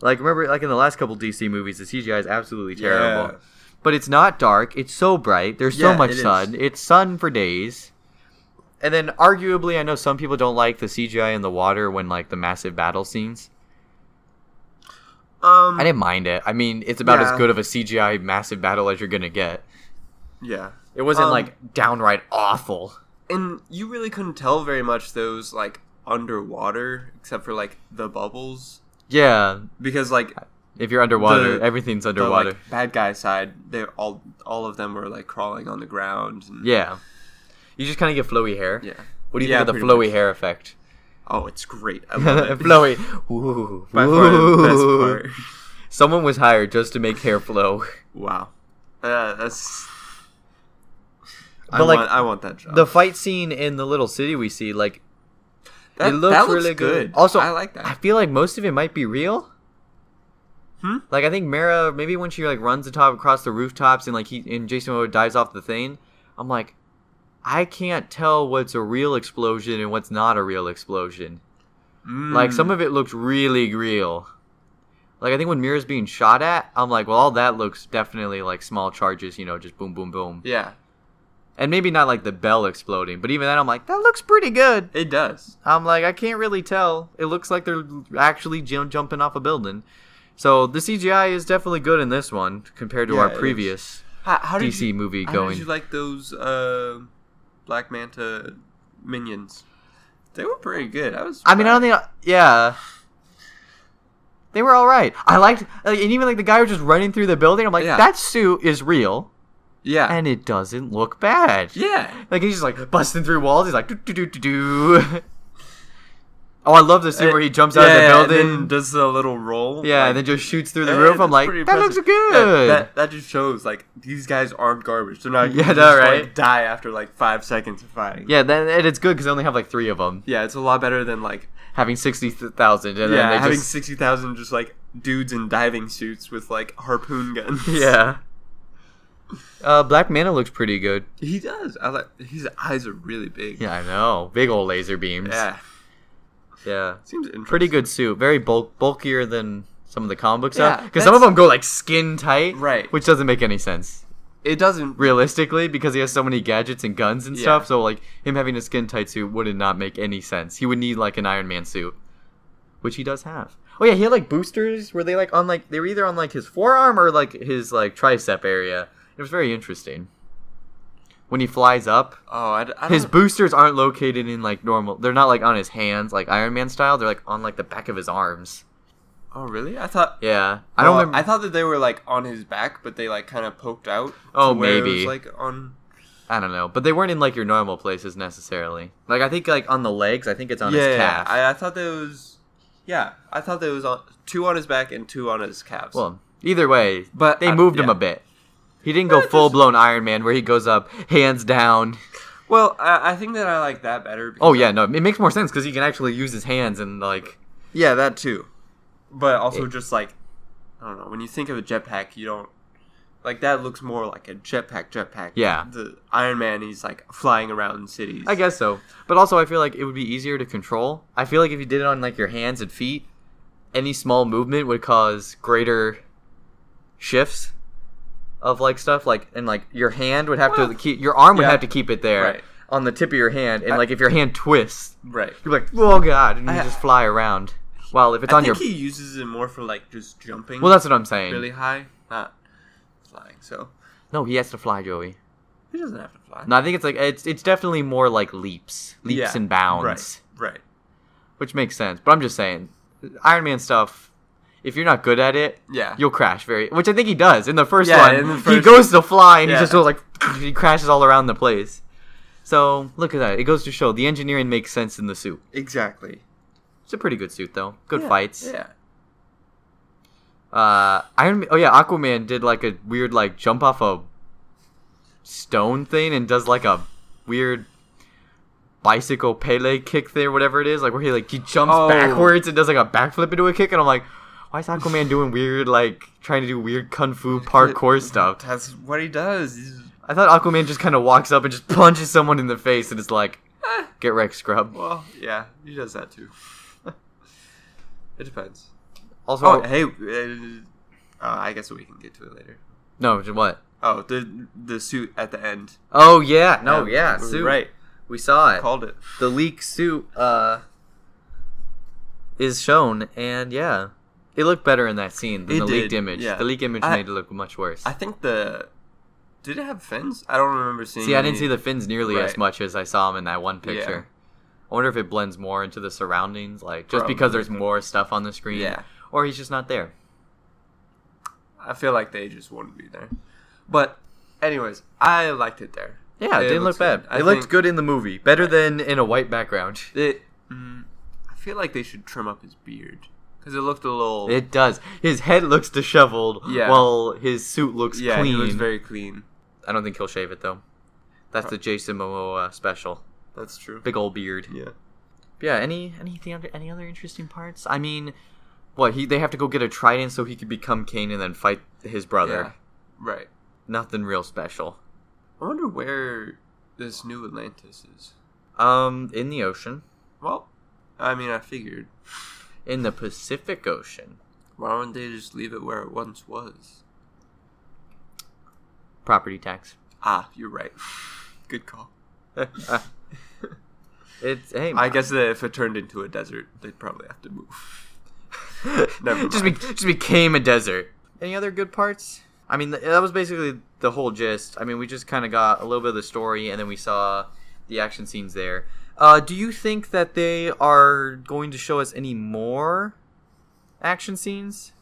A: Like remember, like in the last couple DC movies, the CGI is absolutely terrible.
B: Yeah.
A: But it's not dark. It's so bright. There's
B: Yeah,
A: so much
B: it is.
A: sun. It's sun for days. And then, arguably, I know some people don't like the CGI in the water when like the massive battle scenes.
B: Um,
A: I didn't mind it. I mean, it's about
B: Yeah.
A: as good of a CGI massive battle as you're gonna get.
B: yeah.
A: It wasn't
B: Um,
A: like downright awful.
B: And you really couldn't tell very much those like underwater, except for like the bubbles,
A: Yeah,
B: because like
A: if you're underwater,
B: The-
A: everything's
B: the
A: underwater.
B: like, bad guy side, they are all all of them were like crawling on the ground. And,
A: yeah, you just kind of get flowy hair.
B: yeah.
A: What do you
B: Yeah,
A: think of the flowy
B: pretty
A: hair effect?
B: Oh, it's great. I love
A: *laughs*
B: it.
A: flowy. *laughs* Ooh.
B: By far the
A: Ooh.
B: best part.
A: Someone was hired just to make hair flow.
B: Wow. Uh, that's. I
A: But, like,
B: want, I want that
A: *laughs*
B: job.
A: The fight scene in the little city we see, like,
B: that,
A: it looks
B: that
A: really good. Also,
B: Also, I like
A: I
B: that.
A: feel like most of it might be real.
B: Hmm?
A: Like I think Mara, maybe when she like runs the top across the rooftops and like he and Jason Momoa dives off the thing, I'm like, I can't tell what's a real explosion and what's not a real explosion.
B: Mm.
A: Like some
B: Hmm.
A: of it looks really real. Like I think when Mira's being shot at, I'm like, well, all that looks definitely like small charges, you know, just boom, boom, boom,
B: Yeah,
A: and maybe not like the bell exploding, but even then, I'm like, that looks pretty good.
B: it does.
A: I'm like, I can't really tell. It looks like they're actually j- jumping off a building. So the CGI is definitely good in this one compared to
B: Yeah,
A: our
B: it is.
A: previous
B: How, how did
A: DC
B: you,
A: movie
B: how
A: going.
B: did you like those uh, Black Manta minions? They were pretty good. I was.
A: I mean, I don't think. I- yeah. They were all right. I liked, like, and even like the guy was just running through the building. I'm like,
B: Yeah.
A: that suit is real,
B: Yeah.
A: *laughs* and it doesn't look bad.
B: yeah.
A: Like he's just like busting through walls. He's like, do do do do do. *laughs* Oh, I love the scene where he jumps out
B: Yeah,
A: of
B: and
A: the
B: then
A: building.
B: does the little roll.
A: yeah, and
B: like-
A: then just shoots through the
B: Yeah,
A: roof.
B: that's
A: I'm like,
B: pretty
A: that looks
B: impressive.
A: good.
B: That, that, that just shows like these guys aren't garbage. They're
A: *laughs*
B: not.
A: Yeah,
B: Yeah,
A: no,
B: just, right.
A: right?
B: Like, die after like five seconds of fighting.
A: Yeah, then and it's good because they only have like three of them,
B: Yeah, it's a lot better than like
A: having sixty thousand, and
B: yeah,
A: then they
B: having
A: just
B: sixty thousand just like dudes in diving suits with like harpoon guns.
A: *laughs* *laughs* yeah. Uh, Black Manta looks pretty good.
B: he does. I like his eyes are really big.
A: Yeah, I know. Big old laser beams.
B: yeah,
A: yeah.
B: seems interesting.
A: Pretty good suit. Very bulk, bulkier than some of the comic book
B: Yeah,
A: stuff. Because some of
B: that's-
A: them go like skin tight,
B: Right.
A: Which doesn't make any sense
B: It doesn't.
A: realistically because he has so many gadgets and guns and
B: Yeah.
A: stuff. So like him having a skin tight suit would not make any sense. He would need like an Iron Man suit, which he does have. Oh yeah, he had like boosters. Were they like on like they were either on like his forearm or like his like tricep area? It was very interesting. When he flies up,
B: Oh, I, d- I don't.
A: his boosters aren't located in like normal. They're not like on his hands like Iron Man style. They're like on like the back of his arms.
B: oh, really? I thought.
A: Yeah, I don't
B: oh,
A: remember.
B: I thought that they were like on his back, but they like kind of poked out. to
A: Oh,
B: where It
A: maybe.
B: was, like on.
A: I don't know, but they weren't in like your normal places necessarily. Like I think like on the legs. I think it's on
B: yeah,
A: his
B: yeah,
A: calf.
B: I, I thought that was. Yeah, I thought that was on two on his back and two on his calves.
A: Well, either way,
B: But,
A: they
B: uh,
A: moved him
B: yeah.
A: a bit. He didn't go
B: Yeah,
A: full
B: just-
A: blown Iron Man where he goes up hands down.
B: well, I, I think that I like that better. because
A: Oh yeah, no, it makes more sense because he can actually use his hands and like
B: Yeah, that too. But also just like I don't know, when you think of a jetpack, you don't like that looks more like a jetpack jetpack.
A: Yeah.
B: The Iron Man he's like flying around cities.
A: I guess so. But also, I feel like it would be easier to control. I feel like if you did it on like your hands and feet, any small movement would cause greater shifts of like stuff. Like and like your hand would have to
B: Well,
A: keep your arm would
B: yeah.
A: have to keep it there
B: Right.
A: on the tip of your hand. And like if your hand twists,
B: Right.
A: you're like oh god, and you
B: I-
A: just fly around. Well, if it's
B: I
A: on
B: think
A: your
B: he uses it more for like just jumping
A: Well, that's what I'm saying.
B: really high, not flying. So
A: No, he has to fly, Joey.
B: he doesn't have to fly.
A: No, I think it's like it's it's definitely more like leaps, leaps
B: Yeah,
A: and bounds,
B: Right. Right.
A: which makes sense. But I'm just saying, Iron Man stuff. If you're not good at it,
B: Yeah.
A: you'll crash very. Which I think he does in the first
B: Yeah,
A: one.
B: in the
A: he
B: first-
A: goes to fly and
B: Yeah.
A: he just goes like he crashes all around the place. So look at that. It goes to show the engineering makes sense in the suit.
B: exactly.
A: It's a pretty good suit though. Good
B: Yeah,
A: fights.
B: Yeah.
A: Uh, Iron. Ma- Oh yeah, Aquaman did like a weird like jump off a stone thing and does like a weird bicycle Pele kick thing or whatever it is, like where he like he jumps
B: Oh.
A: backwards and does like a backflip into a kick, and I'm like, why is Aquaman doing weird like trying to do weird kung fu
B: *laughs*
A: parkour stuff?
B: That's what he does. He's,
A: I thought Aquaman just kind of walks up and just punches someone in the face and it's like,
B: Eh.
A: get wrecked, scrub.
B: well, yeah, he does that too. *laughs* it depends.
A: Also,
B: Oh, hey, uh, uh, I guess we can get to it later.
A: no, j- what?
B: Oh, the the suit at the end.
A: Oh yeah, no, yeah,
B: we were
A: suit.
B: right.
A: We saw it.
B: Called it.
A: the leak suit uh is shown and yeah it looked better in that scene than
B: It
A: the leaked
B: did,
A: image
B: yeah.
A: the leaked image
B: I-
A: made it look much worse
B: I think the did it have fins? I don't remember seeing.
A: see i didn't
B: any-
A: see the fins nearly as
B: Right.
A: much as i saw them in that one
B: Yeah.
A: picture i wonder if it blends more into the surroundings like just
B: Probably.
A: because there's more stuff on the screen
B: Yeah,
A: or he's just not there
B: I feel like they just wouldn't be there. But anyways, I liked it there.
A: yeah it, didn't look
B: looks
A: bad
B: I
A: it looked
B: think
A: good in the movie better than in a white
B: *laughs*
A: background
B: It. Mm, I feel like they should trim up his beard because it looked a little.
A: it does his head looks disheveled
B: Yeah.
A: while his suit looks
B: yeah,
A: clean
B: it looks very clean.
A: i don't think he'll shave it though that's the jason momoa uh, special
B: That's true.
A: big old beard.
B: Yeah.
A: Yeah. Any anything other- any other interesting parts? I mean, what he they have to go get a trident so he could become Cain and then fight his brother.
B: Yeah. Right.
A: Nothing real special.
B: I wonder where this new Atlantis is.
A: Um, in the ocean,
B: Well, I mean, I figured.
A: in the Pacific Ocean,
B: Why wouldn't they just leave it where it once was?
A: property tax. *laughs*
B: Ah, you're right. Good call.
A: it's hey,
B: I guess that if it turned into a desert, they'd probably have to move. *laughs* never
A: just be,
B: mind.
A: just became a desert. Any other good parts? I mean, th- that was basically the whole gist. I mean, we just kind of got a little bit of the story, and then we saw the action scenes there. Uh, do you think that they are going to show us any more action scenes?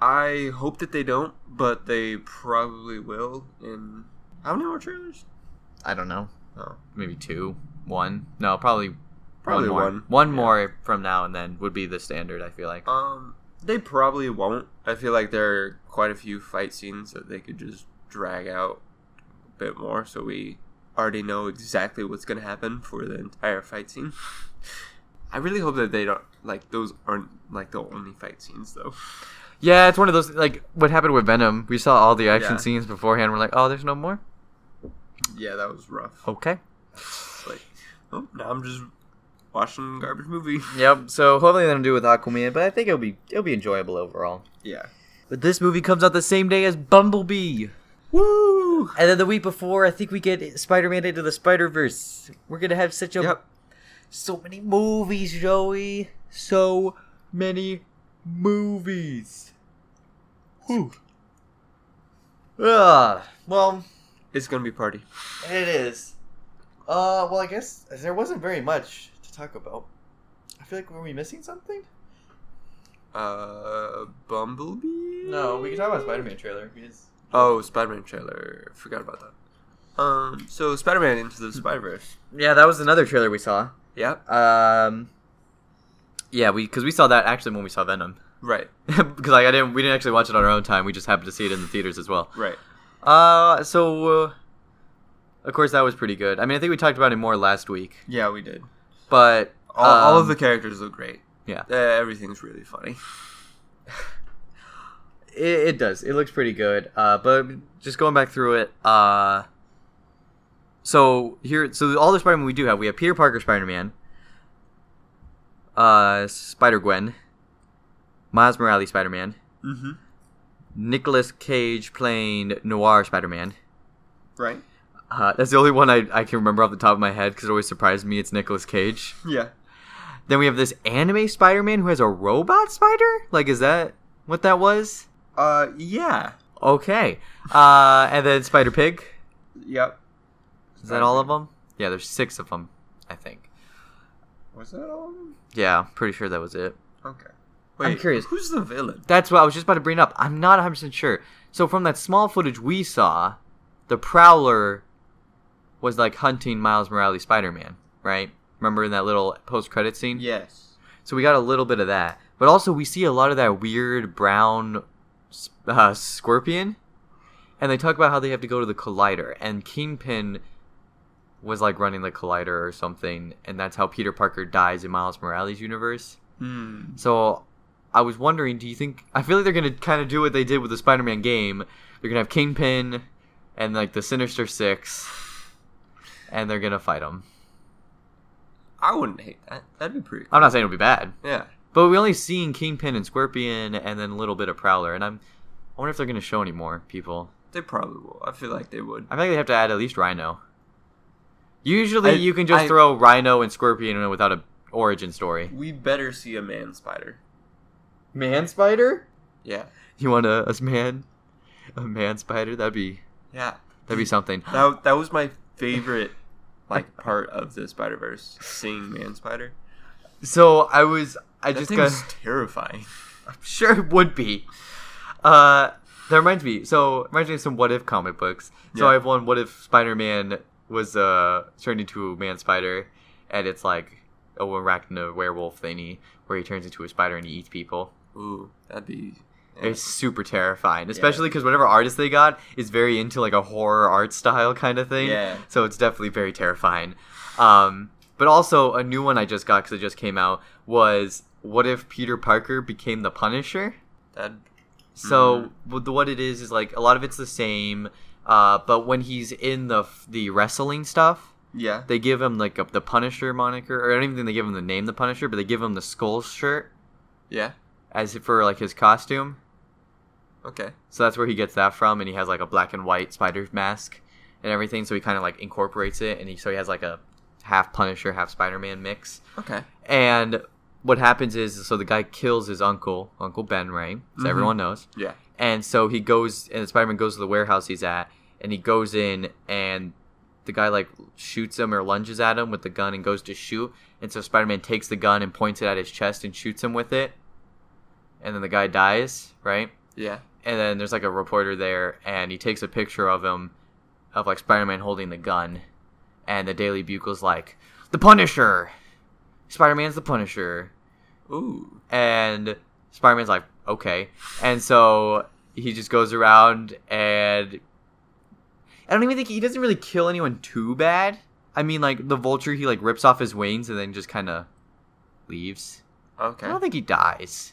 B: I hope that they don't, but they probably will. In how many more trailers?
A: I don't know.
B: Oh,
A: Maybe two, one. No, probably
B: probably
A: more.
B: one.
A: One
B: Yeah.
A: more from now and then would be the standard. I feel like.
B: Um, they probably won't. I feel like there are quite a few fight scenes that they could just drag out a bit more, so we already know exactly what's gonna happen for the entire fight scene. *laughs* I really hope that they don't like those aren't like the only fight scenes though. *laughs*
A: Yeah, it's one of those like what happened with Venom. We saw all the action
B: Yeah.
A: scenes beforehand. We're like, oh, there's no more.
B: Yeah, that was rough.
A: Okay.
B: It's like, oh, now I'm just watching garbage movie. *laughs*
A: Yep. So hopefully they don't do it with Aquaman, but I think it'll be it'll be enjoyable overall.
B: Yeah.
A: But this movie comes out the same day as Bumblebee,
B: Woo!
A: and then the week before, I think we get Spider-Man into the Spider-Verse. We're gonna have such a
B: Yep.
A: so many movies, Joey. So many movies. Whew. Ah, well,
B: It's gonna be party.
A: it is. Uh, well, I guess there wasn't very much to talk about. I feel like were we missing something?
B: Uh, Bumblebee.
A: No, we can talk about Spider-Man trailer.
B: Oh, Spider-Man trailer. Forgot about that. Um, so Spider-Man into the Spider-Verse.
A: Yeah, that was another trailer we saw.
B: Yep.
A: Um, yeah, we because we saw that actually when we saw Venom. *laughs*
B: Right.
A: Because like I didn't, we didn't actually watch it on our own time. We just happened to see it in the theaters as well.
B: Right.
A: Uh, so uh, of course that was pretty good. I mean, I think we talked about it more last week,
B: Yeah, we did.
A: but
B: All, all of
A: um,
B: the characters look great.
A: Yeah.
B: Uh, everything's really funny.
A: it, it does. It looks pretty good. Uh, but just going back through it, uh, so here, so all the Spider-Man we do have, we have Peter Parker Spider-Man, uh, Spider-Gwen, Miles Morales Spider-Man,
B: Mm-hmm.
A: Nicolas Cage playing Noir Spider-Man.
B: Right.
A: Uh, that's the only one I, I can remember off the top of my head because it always surprised me. It's Nicolas Cage.
B: Yeah.
A: Then we have this anime Spider-Man who has a robot spider. Like, is that what that was?
B: Uh, yeah.
A: Okay. Uh, and then Spider Pig.
B: Yep.
A: Is that all of them? Yeah, there's six of them, I think.
B: Was that all of them?
A: Yeah, pretty sure that was it.
B: Okay.
A: I'm curious.
B: Who's the villain?
A: That's what I was just about to bring up. I'm not 100% sure. So from that small footage we saw, the Prowler was like hunting Miles Morales Spider-Man, right? Remember in that little post-credit scene?
B: Yes.
A: So we got a little bit of that. But also we see a lot of that weird brown s- uh, scorpion. And they talk about how they have to go to the collider and Kingpin was like running the collider or something and that's how Peter Parker dies in Miles Morales universe.
B: Hmm.
A: So I was wondering, do you think I feel like they're gonna kind of do what they did with the Spider-Man game? They're gonna have Kingpin and like the Sinister Six, and they're gonna fight them.
B: I wouldn't hate that. That'd be pretty. Cool.
A: I'm not saying it'll be bad,
B: Yeah.
A: but But we only seen Kingpin and Scorpion, and then a little bit of Prowler. And I'm, I wonder if they're gonna show any more people.
B: They probably will. I feel like they would.
A: I think they have to add at least Rhino. Usually,
B: I-
A: you can just
B: I-
A: throw Rhino and Scorpion in without a origin story.
B: We better see a man spider.
A: Man Spider?
B: Yeah.
A: *laughs* You want a, a man, a man spider? That'd be
B: Yeah.
A: that'd be something.
B: That that was my favorite like part of the Spider Verse. Seeing man spider.
A: So I was, I
B: I that
A: just
B: thing
A: got
B: was terrifying.
A: sure it would be. Uh, that reminds me. So reminds me of some what if comic books. So
B: Yeah.
A: I have one. What if Spider Man was uh turned into a man spider, and it's like a arachno werewolf thingy where he turns into a spider and he eats people.
B: Ooh, that'd be.
A: It's super terrifying, especially because whatever artist they got is very into like a horror art style kind of thing.
B: Yeah.
A: So it's definitely very terrifying. Um, but also a new one I just got because it just came out was what if Peter Parker became the Punisher?
B: That.
A: So with the- what it is is like a lot of it's the same, uh, but when he's in the f- the wrestling stuff,
B: Yeah.
A: they give him like a, the Punisher moniker, or I don't even think they give him the name the Punisher, but they give him the skull shirt
B: Yeah.
A: as if for like his costume.
B: Okay.
A: So that's where he gets that from, and he has like a black and white spider mask and everything. So he kind of like incorporates it, and he so he has like a half Punisher, half Spider Man mix.
B: Okay.
A: And what happens is, so the guy kills his uncle, Uncle Ben, right? So
B: Mhm.
A: everyone knows.
B: Yeah.
A: And so he goes, and Spider Man goes to the warehouse he's at, and he goes in, and the guy like shoots him or lunges at him with the gun and goes to shoot. And so Spider Man takes the gun and points it at his chest and shoots him with it. And then the guy dies, right?
B: Yeah.
A: and then there's like a reporter there and he takes a picture of him of like spider-man holding the gun and the daily bugle's like the punisher spider-man's the punisher
B: Ooh.
A: and spider-man's like okay and so he just goes around and i don't even think he doesn't really kill anyone too bad i mean like the vulture he like rips off his wings and then just kind of leaves I
B: Okay.
A: don't think he dies.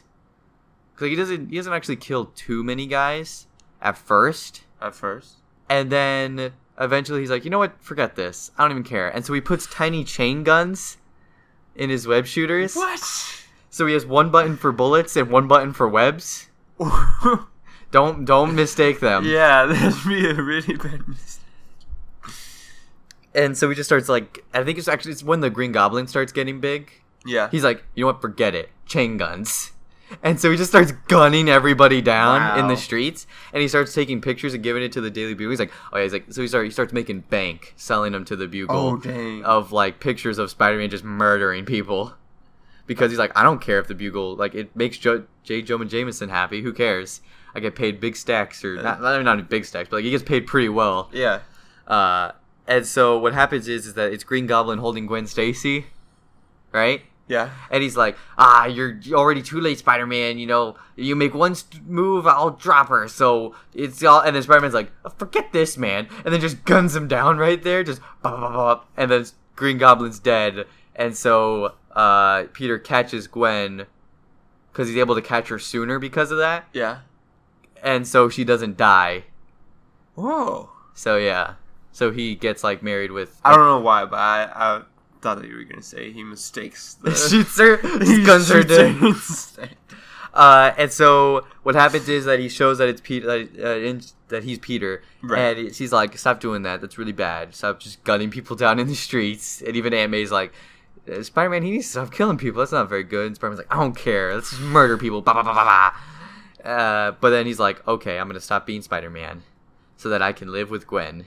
A: 'Cause, Like he doesn't he doesn't actually kill too many guys at first,
B: At first.
A: and then eventually he's like, you know what? Forget this. I don't even care. And so he puts tiny chain guns in his web shooters. So he has one button for bullets and one button for webs.
B: What?
A: Don't don't mistake them.
B: *laughs* yeah, that'd be a really bad mistake.
A: And so he just starts like I think it's actually it's when the Green Goblin starts getting big.
B: Yeah.
A: He's like, you know what? Forget it. Chain guns. And so he just starts gunning everybody down in
B: Wow.
A: the streets, and he starts taking pictures and giving it to the Daily Bugle. He's like, oh yeah, he's like, so he starts he starts making bank, selling them to the Bugle
B: Oh, dang.
A: of like pictures of Spider-Man just murdering people, because he's like, I don't care if the Bugle like it makes jo- J. Joman Jameson happy. Who cares? I get paid big stacks, or not, not, not big stacks, but like he gets paid pretty well.
B: yeah.
A: Uh, and so what happens is is that it's Green Goblin holding Gwen Stacy, right?
B: Yeah.
A: And he's like, ah, you're already too late, Spider Man. You know, you make one st- move, I'll drop her. So it's all. And then Spider Man's like, "Oh, forget this, man. And then just guns him down right there. Just bop, bop, bop, bop. And then Green Goblin's dead. And so uh, Peter catches Gwen because he's able to catch her sooner because of that.
B: Yeah.
A: And so she doesn't die.
B: Whoa.
A: So yeah. So he gets like married with.
B: I don't know why, but I, I thought that you were gonna say he mistakes *laughs*
A: *laughs*
B: the
A: shoots her,
B: he
A: guns her
B: shoots
A: down.
B: instead.
A: *laughs* Uh, and so what happens is that he shows that it's Peter, uh, in, that he's Peter,
B: Right.
A: and it's- he's like, "Stop doing that. That's really bad. Stop just gunning people *laughs* down in the streets." And even Aunt May's like, "Uh, "Spider-Man, he needs to stop killing people. That's not very good." And Spider-Man's like, "I don't care. Let's just murder people." Bah, bah, bah, bah, bah. Uh, but then he's like, "Okay, I'm gonna stop being Spider-Man, so that I can live with Gwen."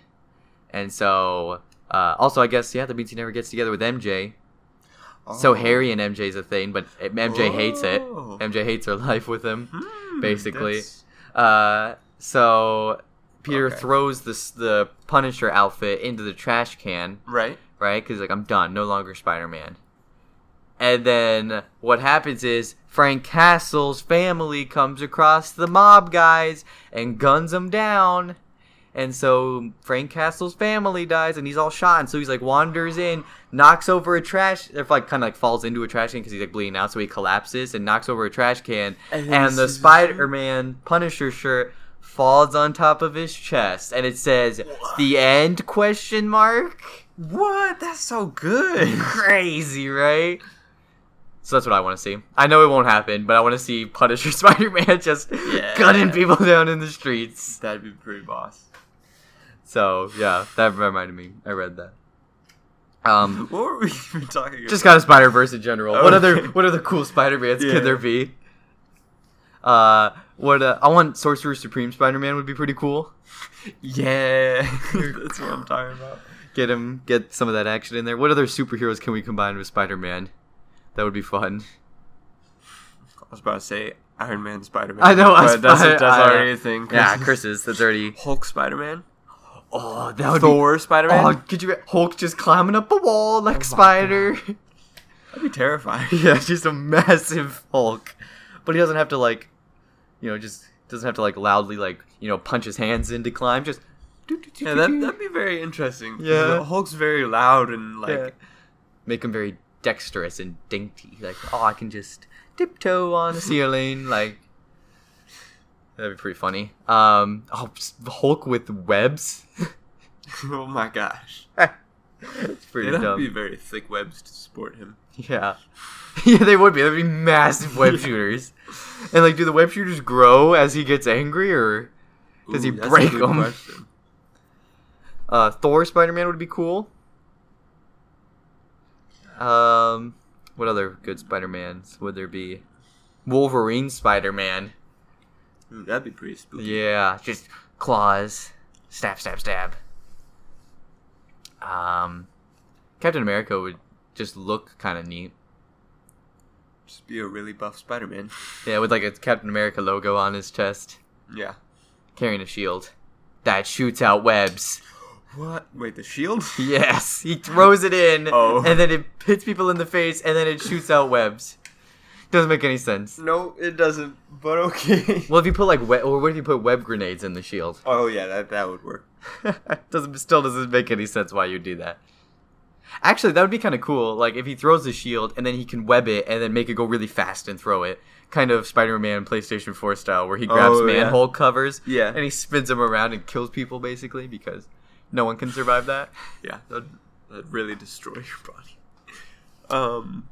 A: And so, uh, also, I guess yeah, that means he never gets together with MJ. So
B: Oh.
A: Harry and MJ's a thing, but MJ hates it.
B: Oh.
A: MJ hates her *laughs* life with him.
B: Hmm,
A: basically.
B: that's-
A: Uh, so Peter
B: Okay.
A: throws this the Punisher outfit into the trash can,
B: Right.
A: right? Because like I'm done, no longer Spider-Man. And then what happens is Frank Castle's family comes across the mob guys and guns them down. And so Frank Castle's family dies, and he's all shot. And so he's like wanders in, knocks over a trash, or like kind of like falls into a trash can because he's like bleeding out, so he collapses and knocks over a trash can.
B: And
A: And,
B: then he
A: the
B: sees his
A: Spider-Man Punisher shirt falls on top of his chest, and it says "The End?" question mark
B: What? That's so good.
A: Crazy, right? So that's what I want to see. I know it won't happen, but I want to see Punisher *laughs* Spider Man just
B: Yeah.
A: gunning people down in the streets.
B: *laughs* That'd be pretty boss.
A: So yeah, that reminded me. I read that. Um,
B: What were we *laughs* even talking
A: just
B: about?
A: kind of Spider Verse in general. What other
B: Okay.
A: what other cool Spider Mans
B: Yeah.
A: could there be? Uh, what uh, I want Sorcerer Supreme Spider Man would be pretty cool. *laughs*
B: yeah, *laughs* that's what I'm talking about.
A: Get him, get some of that action in there. What other superheroes can we combine with Spider Man? That would be fun.
B: I was about to say Iron Man, Spider Man.
A: I know, I was
B: but that's,
A: about-
B: that's
A: I-
B: already a thing.
A: Yeah, Chris's. That's already.
B: Hulk, Spider Man,
A: Oh, that would
B: Thor, Spider
A: be.
B: Man.
A: Oh, could you Hulk just climbing up a wall
B: Oh
A: like Spider?
B: That'd be terrifying.
A: *laughs* yeah, just a massive Hulk, but he doesn't have to like, you know, just doesn't have to like loudly like you know punch his hands in to climb. Just
B: Yeah, that, that'd be very interesting. 'cause
A: Yeah.
B: the Hulk's very loud and like
A: Yeah. make him very dexterous and dainty. Like, oh, I can just tiptoe on the ceiling. *laughs* Like, that'd be pretty funny. Um, oh, s- Hulk with webs. *laughs*
B: *laughs* oh my gosh.
A: It's pretty
B: It'd have to
A: dumb.
B: be very thick webs to support him.
A: Yeah. *laughs* Yeah, they would be. They'd be massive web shooters. And like, do the web shooters grow as he gets angry, or Does he
B: that's a
A: break
B: good
A: 'em?
B: question.
A: uh, Thor Spider Man would be cool? Um, what other good Spider Mans would there be? Wolverine Spider Man.
B: Ooh, That'd be pretty spooky.
A: Yeah, just claws, stab, stab, stab. Um, Captain America would just look kind of neat.
B: Just be a really buff Spider Man.
A: Yeah, with like a Captain America logo on his chest.
B: Yeah.
A: carrying a shield that shoots out webs.
B: What? Wait, the shield? *laughs*
A: Yes, he throws it in,
B: Oh.
A: and then it hits people in the face, and then it shoots out webs. Doesn't make any sense.
B: no, it doesn't. But okay.
A: Well, if you put like, we- or what if you put web grenades in the shield?
B: *laughs*
A: *laughs*
B: Oh yeah, that that would work.
A: doesn't still doesn't make any sense why you do that. Actually, that would be kind of cool. Like if he throws the shield and then he can web it and then make it go really fast and throw it, kind of Spider-Man PlayStation 4 style, where he grabs
B: Oh, yeah.
A: manhole covers
B: Yeah.
A: and he spins them around and kills people basically because no one can survive that.
B: Yeah, that'd, that'd really destroy your body. Um,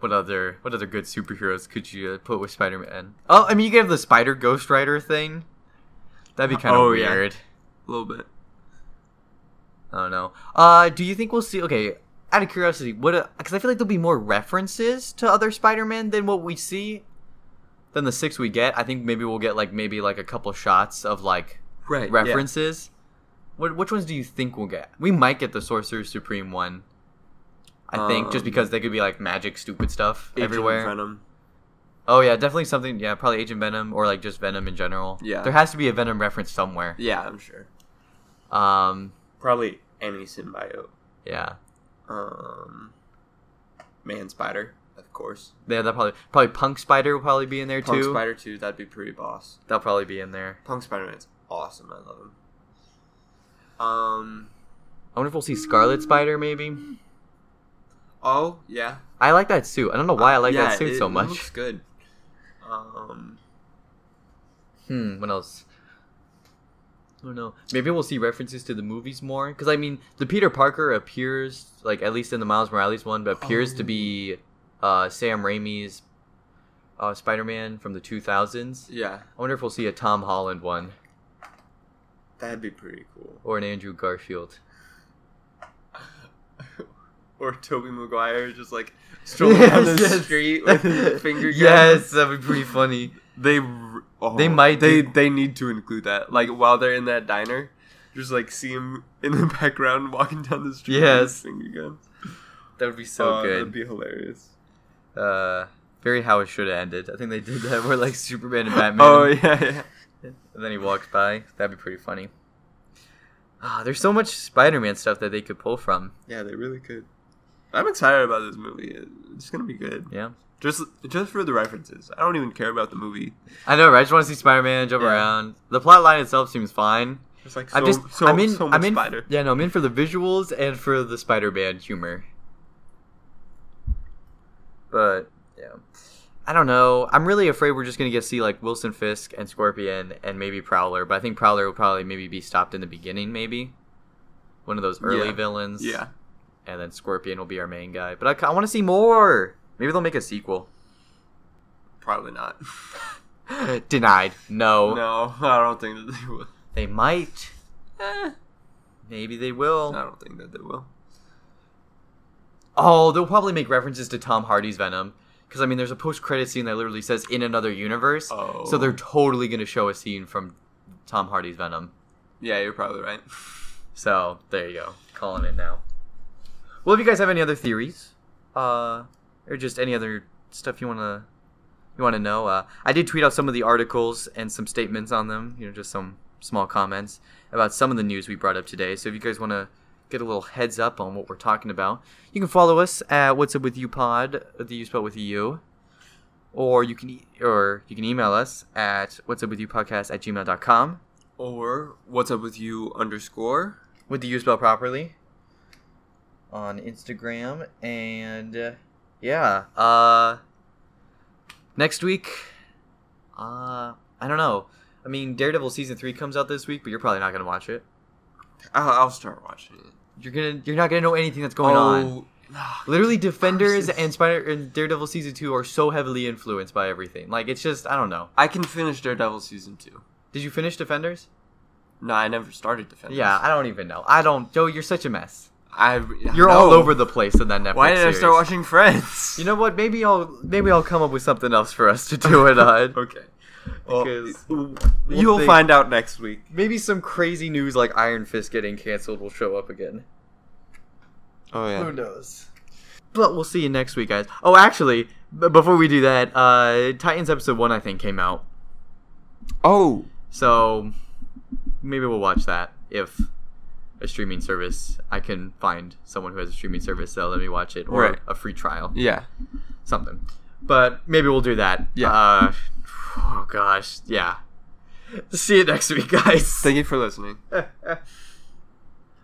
A: what other what other good superheroes could you uh, put with Spider Man? Oh, I mean, you could have the Spider Ghost Rider thing. That'd be kind of
B: Oh, yeah.
A: weird.
B: a little bit.
A: I don't know. Uh, do you think we'll see? Okay, out of curiosity, what? Because I feel like there'll be more references to other Spider Man than what we see, than the six we get. I think maybe we'll get like maybe like a couple shots of like
B: Right. yeah.
A: references. What which ones do you think we'll get? We might get the Sorcerer Supreme one. I think just
B: Um,
A: because they could be like magic, stupid stuff
B: Agent
A: everywhere.
B: Venom.
A: Oh yeah, definitely something. Yeah, probably Agent Venom or like just Venom in general.
B: Yeah.
A: there has to be a Venom reference somewhere.
B: Yeah, I'm sure.
A: Um,
B: Probably any symbiote.
A: yeah,
B: Um, Man Spider, of course.
A: yeah, that probably probably Punk Spider will probably be in there
B: Punk
A: too.
B: Spider too. That'd be pretty boss.
A: That'll probably be in there.
B: Punk Spider Man's awesome. I love him. Um.
A: I wonder if we'll see Scarlet Spider maybe.
B: Oh yeah.
A: I like that suit. I don't know why I like
B: Yeah,
A: that suit
B: it
A: so much.
B: Looks good. Um.
A: *laughs* Hmm. What else? I don't know. Maybe we'll see references to the movies more. Because I mean, the Peter Parker appears, like at least in the Miles Morales one, but appears to
B: Oh.
A: be uh, Sam Raimi's uh, Spider-Man from the 2000s.
B: Yeah,
A: I wonder if we'll see a Tom Holland one
B: that'd be pretty cool. *laughs*
A: or an Andrew Garfield.
B: Or Toby Maguire just like strolling down the
A: *laughs* Yes.
B: street
A: *laughs*
B: with his finger. gun.
A: yes, that'd be pretty
B: *laughs*
A: funny.
B: They r- oh,
A: They might
B: they
A: do-
B: they need to include that. Like while they're in that diner, just like see him in the *laughs* background walking down the street.
A: Yes.
B: with his finger guns.
A: That would Oh, be so
B: Uh, That'd
A: good.
B: be hilarious.
A: Uh, very how it should have ended. I think they did that *laughs* where like Superman and Batman.
B: *laughs* Oh yeah, yeah.
A: And then he walks by. That'd be pretty funny. Ah, there's so much Spider-Man stuff that they could pull from.
B: Yeah, they really could. I'm excited about this movie. It's gonna be good.
A: Yeah,
B: Just just for the references. I don't even care about the movie.
A: I know, right? I just want to see Spider-Man jump
B: Yeah.
A: around. The plot line itself seems fine.
B: It's like
A: I'm just,
B: so,
A: I'm in,
B: so much
A: I'm in,
B: spider.
A: yeah, no, I'm in for the visuals and for the Spider-Man humor. But yeah, I don't know. I'm really afraid we're just gonna get to see like Wilson Fisk and Scorpion and maybe Prowler. But I think Prowler will probably maybe be stopped in the beginning, maybe one of those early
B: Yeah.
A: villains.
B: Yeah.
A: and then Scorpion will be our main guy. But I, want to see more. Maybe they'll make a sequel. *gasps*
B: Probably not.
A: Denied. No.
B: *laughs* no, I don't think that they will.
A: They might.
B: Eh,
A: Maybe they will.
B: I don't think that they will.
A: Oh, they'll probably make references to Tom Hardy's Venom. Because, I mean, there's a post credit scene that literally says in another universe.
B: Oh.
A: So they're totally going to show a scene from Tom Hardy's Venom.
B: Yeah, you're probably right.
A: So there you go. Calling it now. Well, if you guys have any other theories, uh, or just any other stuff you wanna you wanna know, uh, I did tweet out some of the articles and some statements on them. You know, just some small comments about some of the news we brought up today. So if you guys wanna get a little heads up on what we're talking about, you can follow us at What's Up With You Pod, the U spelled with a U. Or you can e- or you can email us at what's up with you podcast at gmail.com
B: Or what's up with you underscore?
A: with the U spell properly on Instagram and uh, yeah, uh next week uh I don't know. I mean, Daredevil season 3 comes out this week, but you're probably not going to watch it.
B: I'll, I'll start watching it.
A: You're going to you're not going to know anything that's going
B: Oh.
A: on. Literally Defenders and Spider and Daredevil season 2 are so heavily influenced by everything. Like it's just I don't know.
B: I can finish Daredevil season two.
A: Did you finish Defenders?
B: No, I never started Defenders.
A: Yeah, I don't even know. I don't Joe, you're such a mess.
B: I.
A: You're all over the place in that Netflix
B: Why did I
A: series.
B: start watching Friends?
A: You know what? Maybe I'll maybe I'll come up with something else for us to do it on.
B: *laughs* Okay.
A: Because
B: you'll
A: think-
B: find out next week.
A: Maybe some crazy news like Iron Fist getting canceled will show up again.
B: Oh yeah.
A: knows? But we'll see you next week, guys. Oh, actually, b- before we do that, uh, Titans episode one I think came out,
C: Oh,
A: so maybe we'll watch that if a streaming service I can find someone who has a streaming service that'll let me watch it or
B: Right.
A: a free trial.
B: Yeah.
A: something. But maybe we'll do that.
B: Yeah.
A: Uh, oh gosh. Yeah. See you next week, guys. *laughs*
B: Thank you for listening.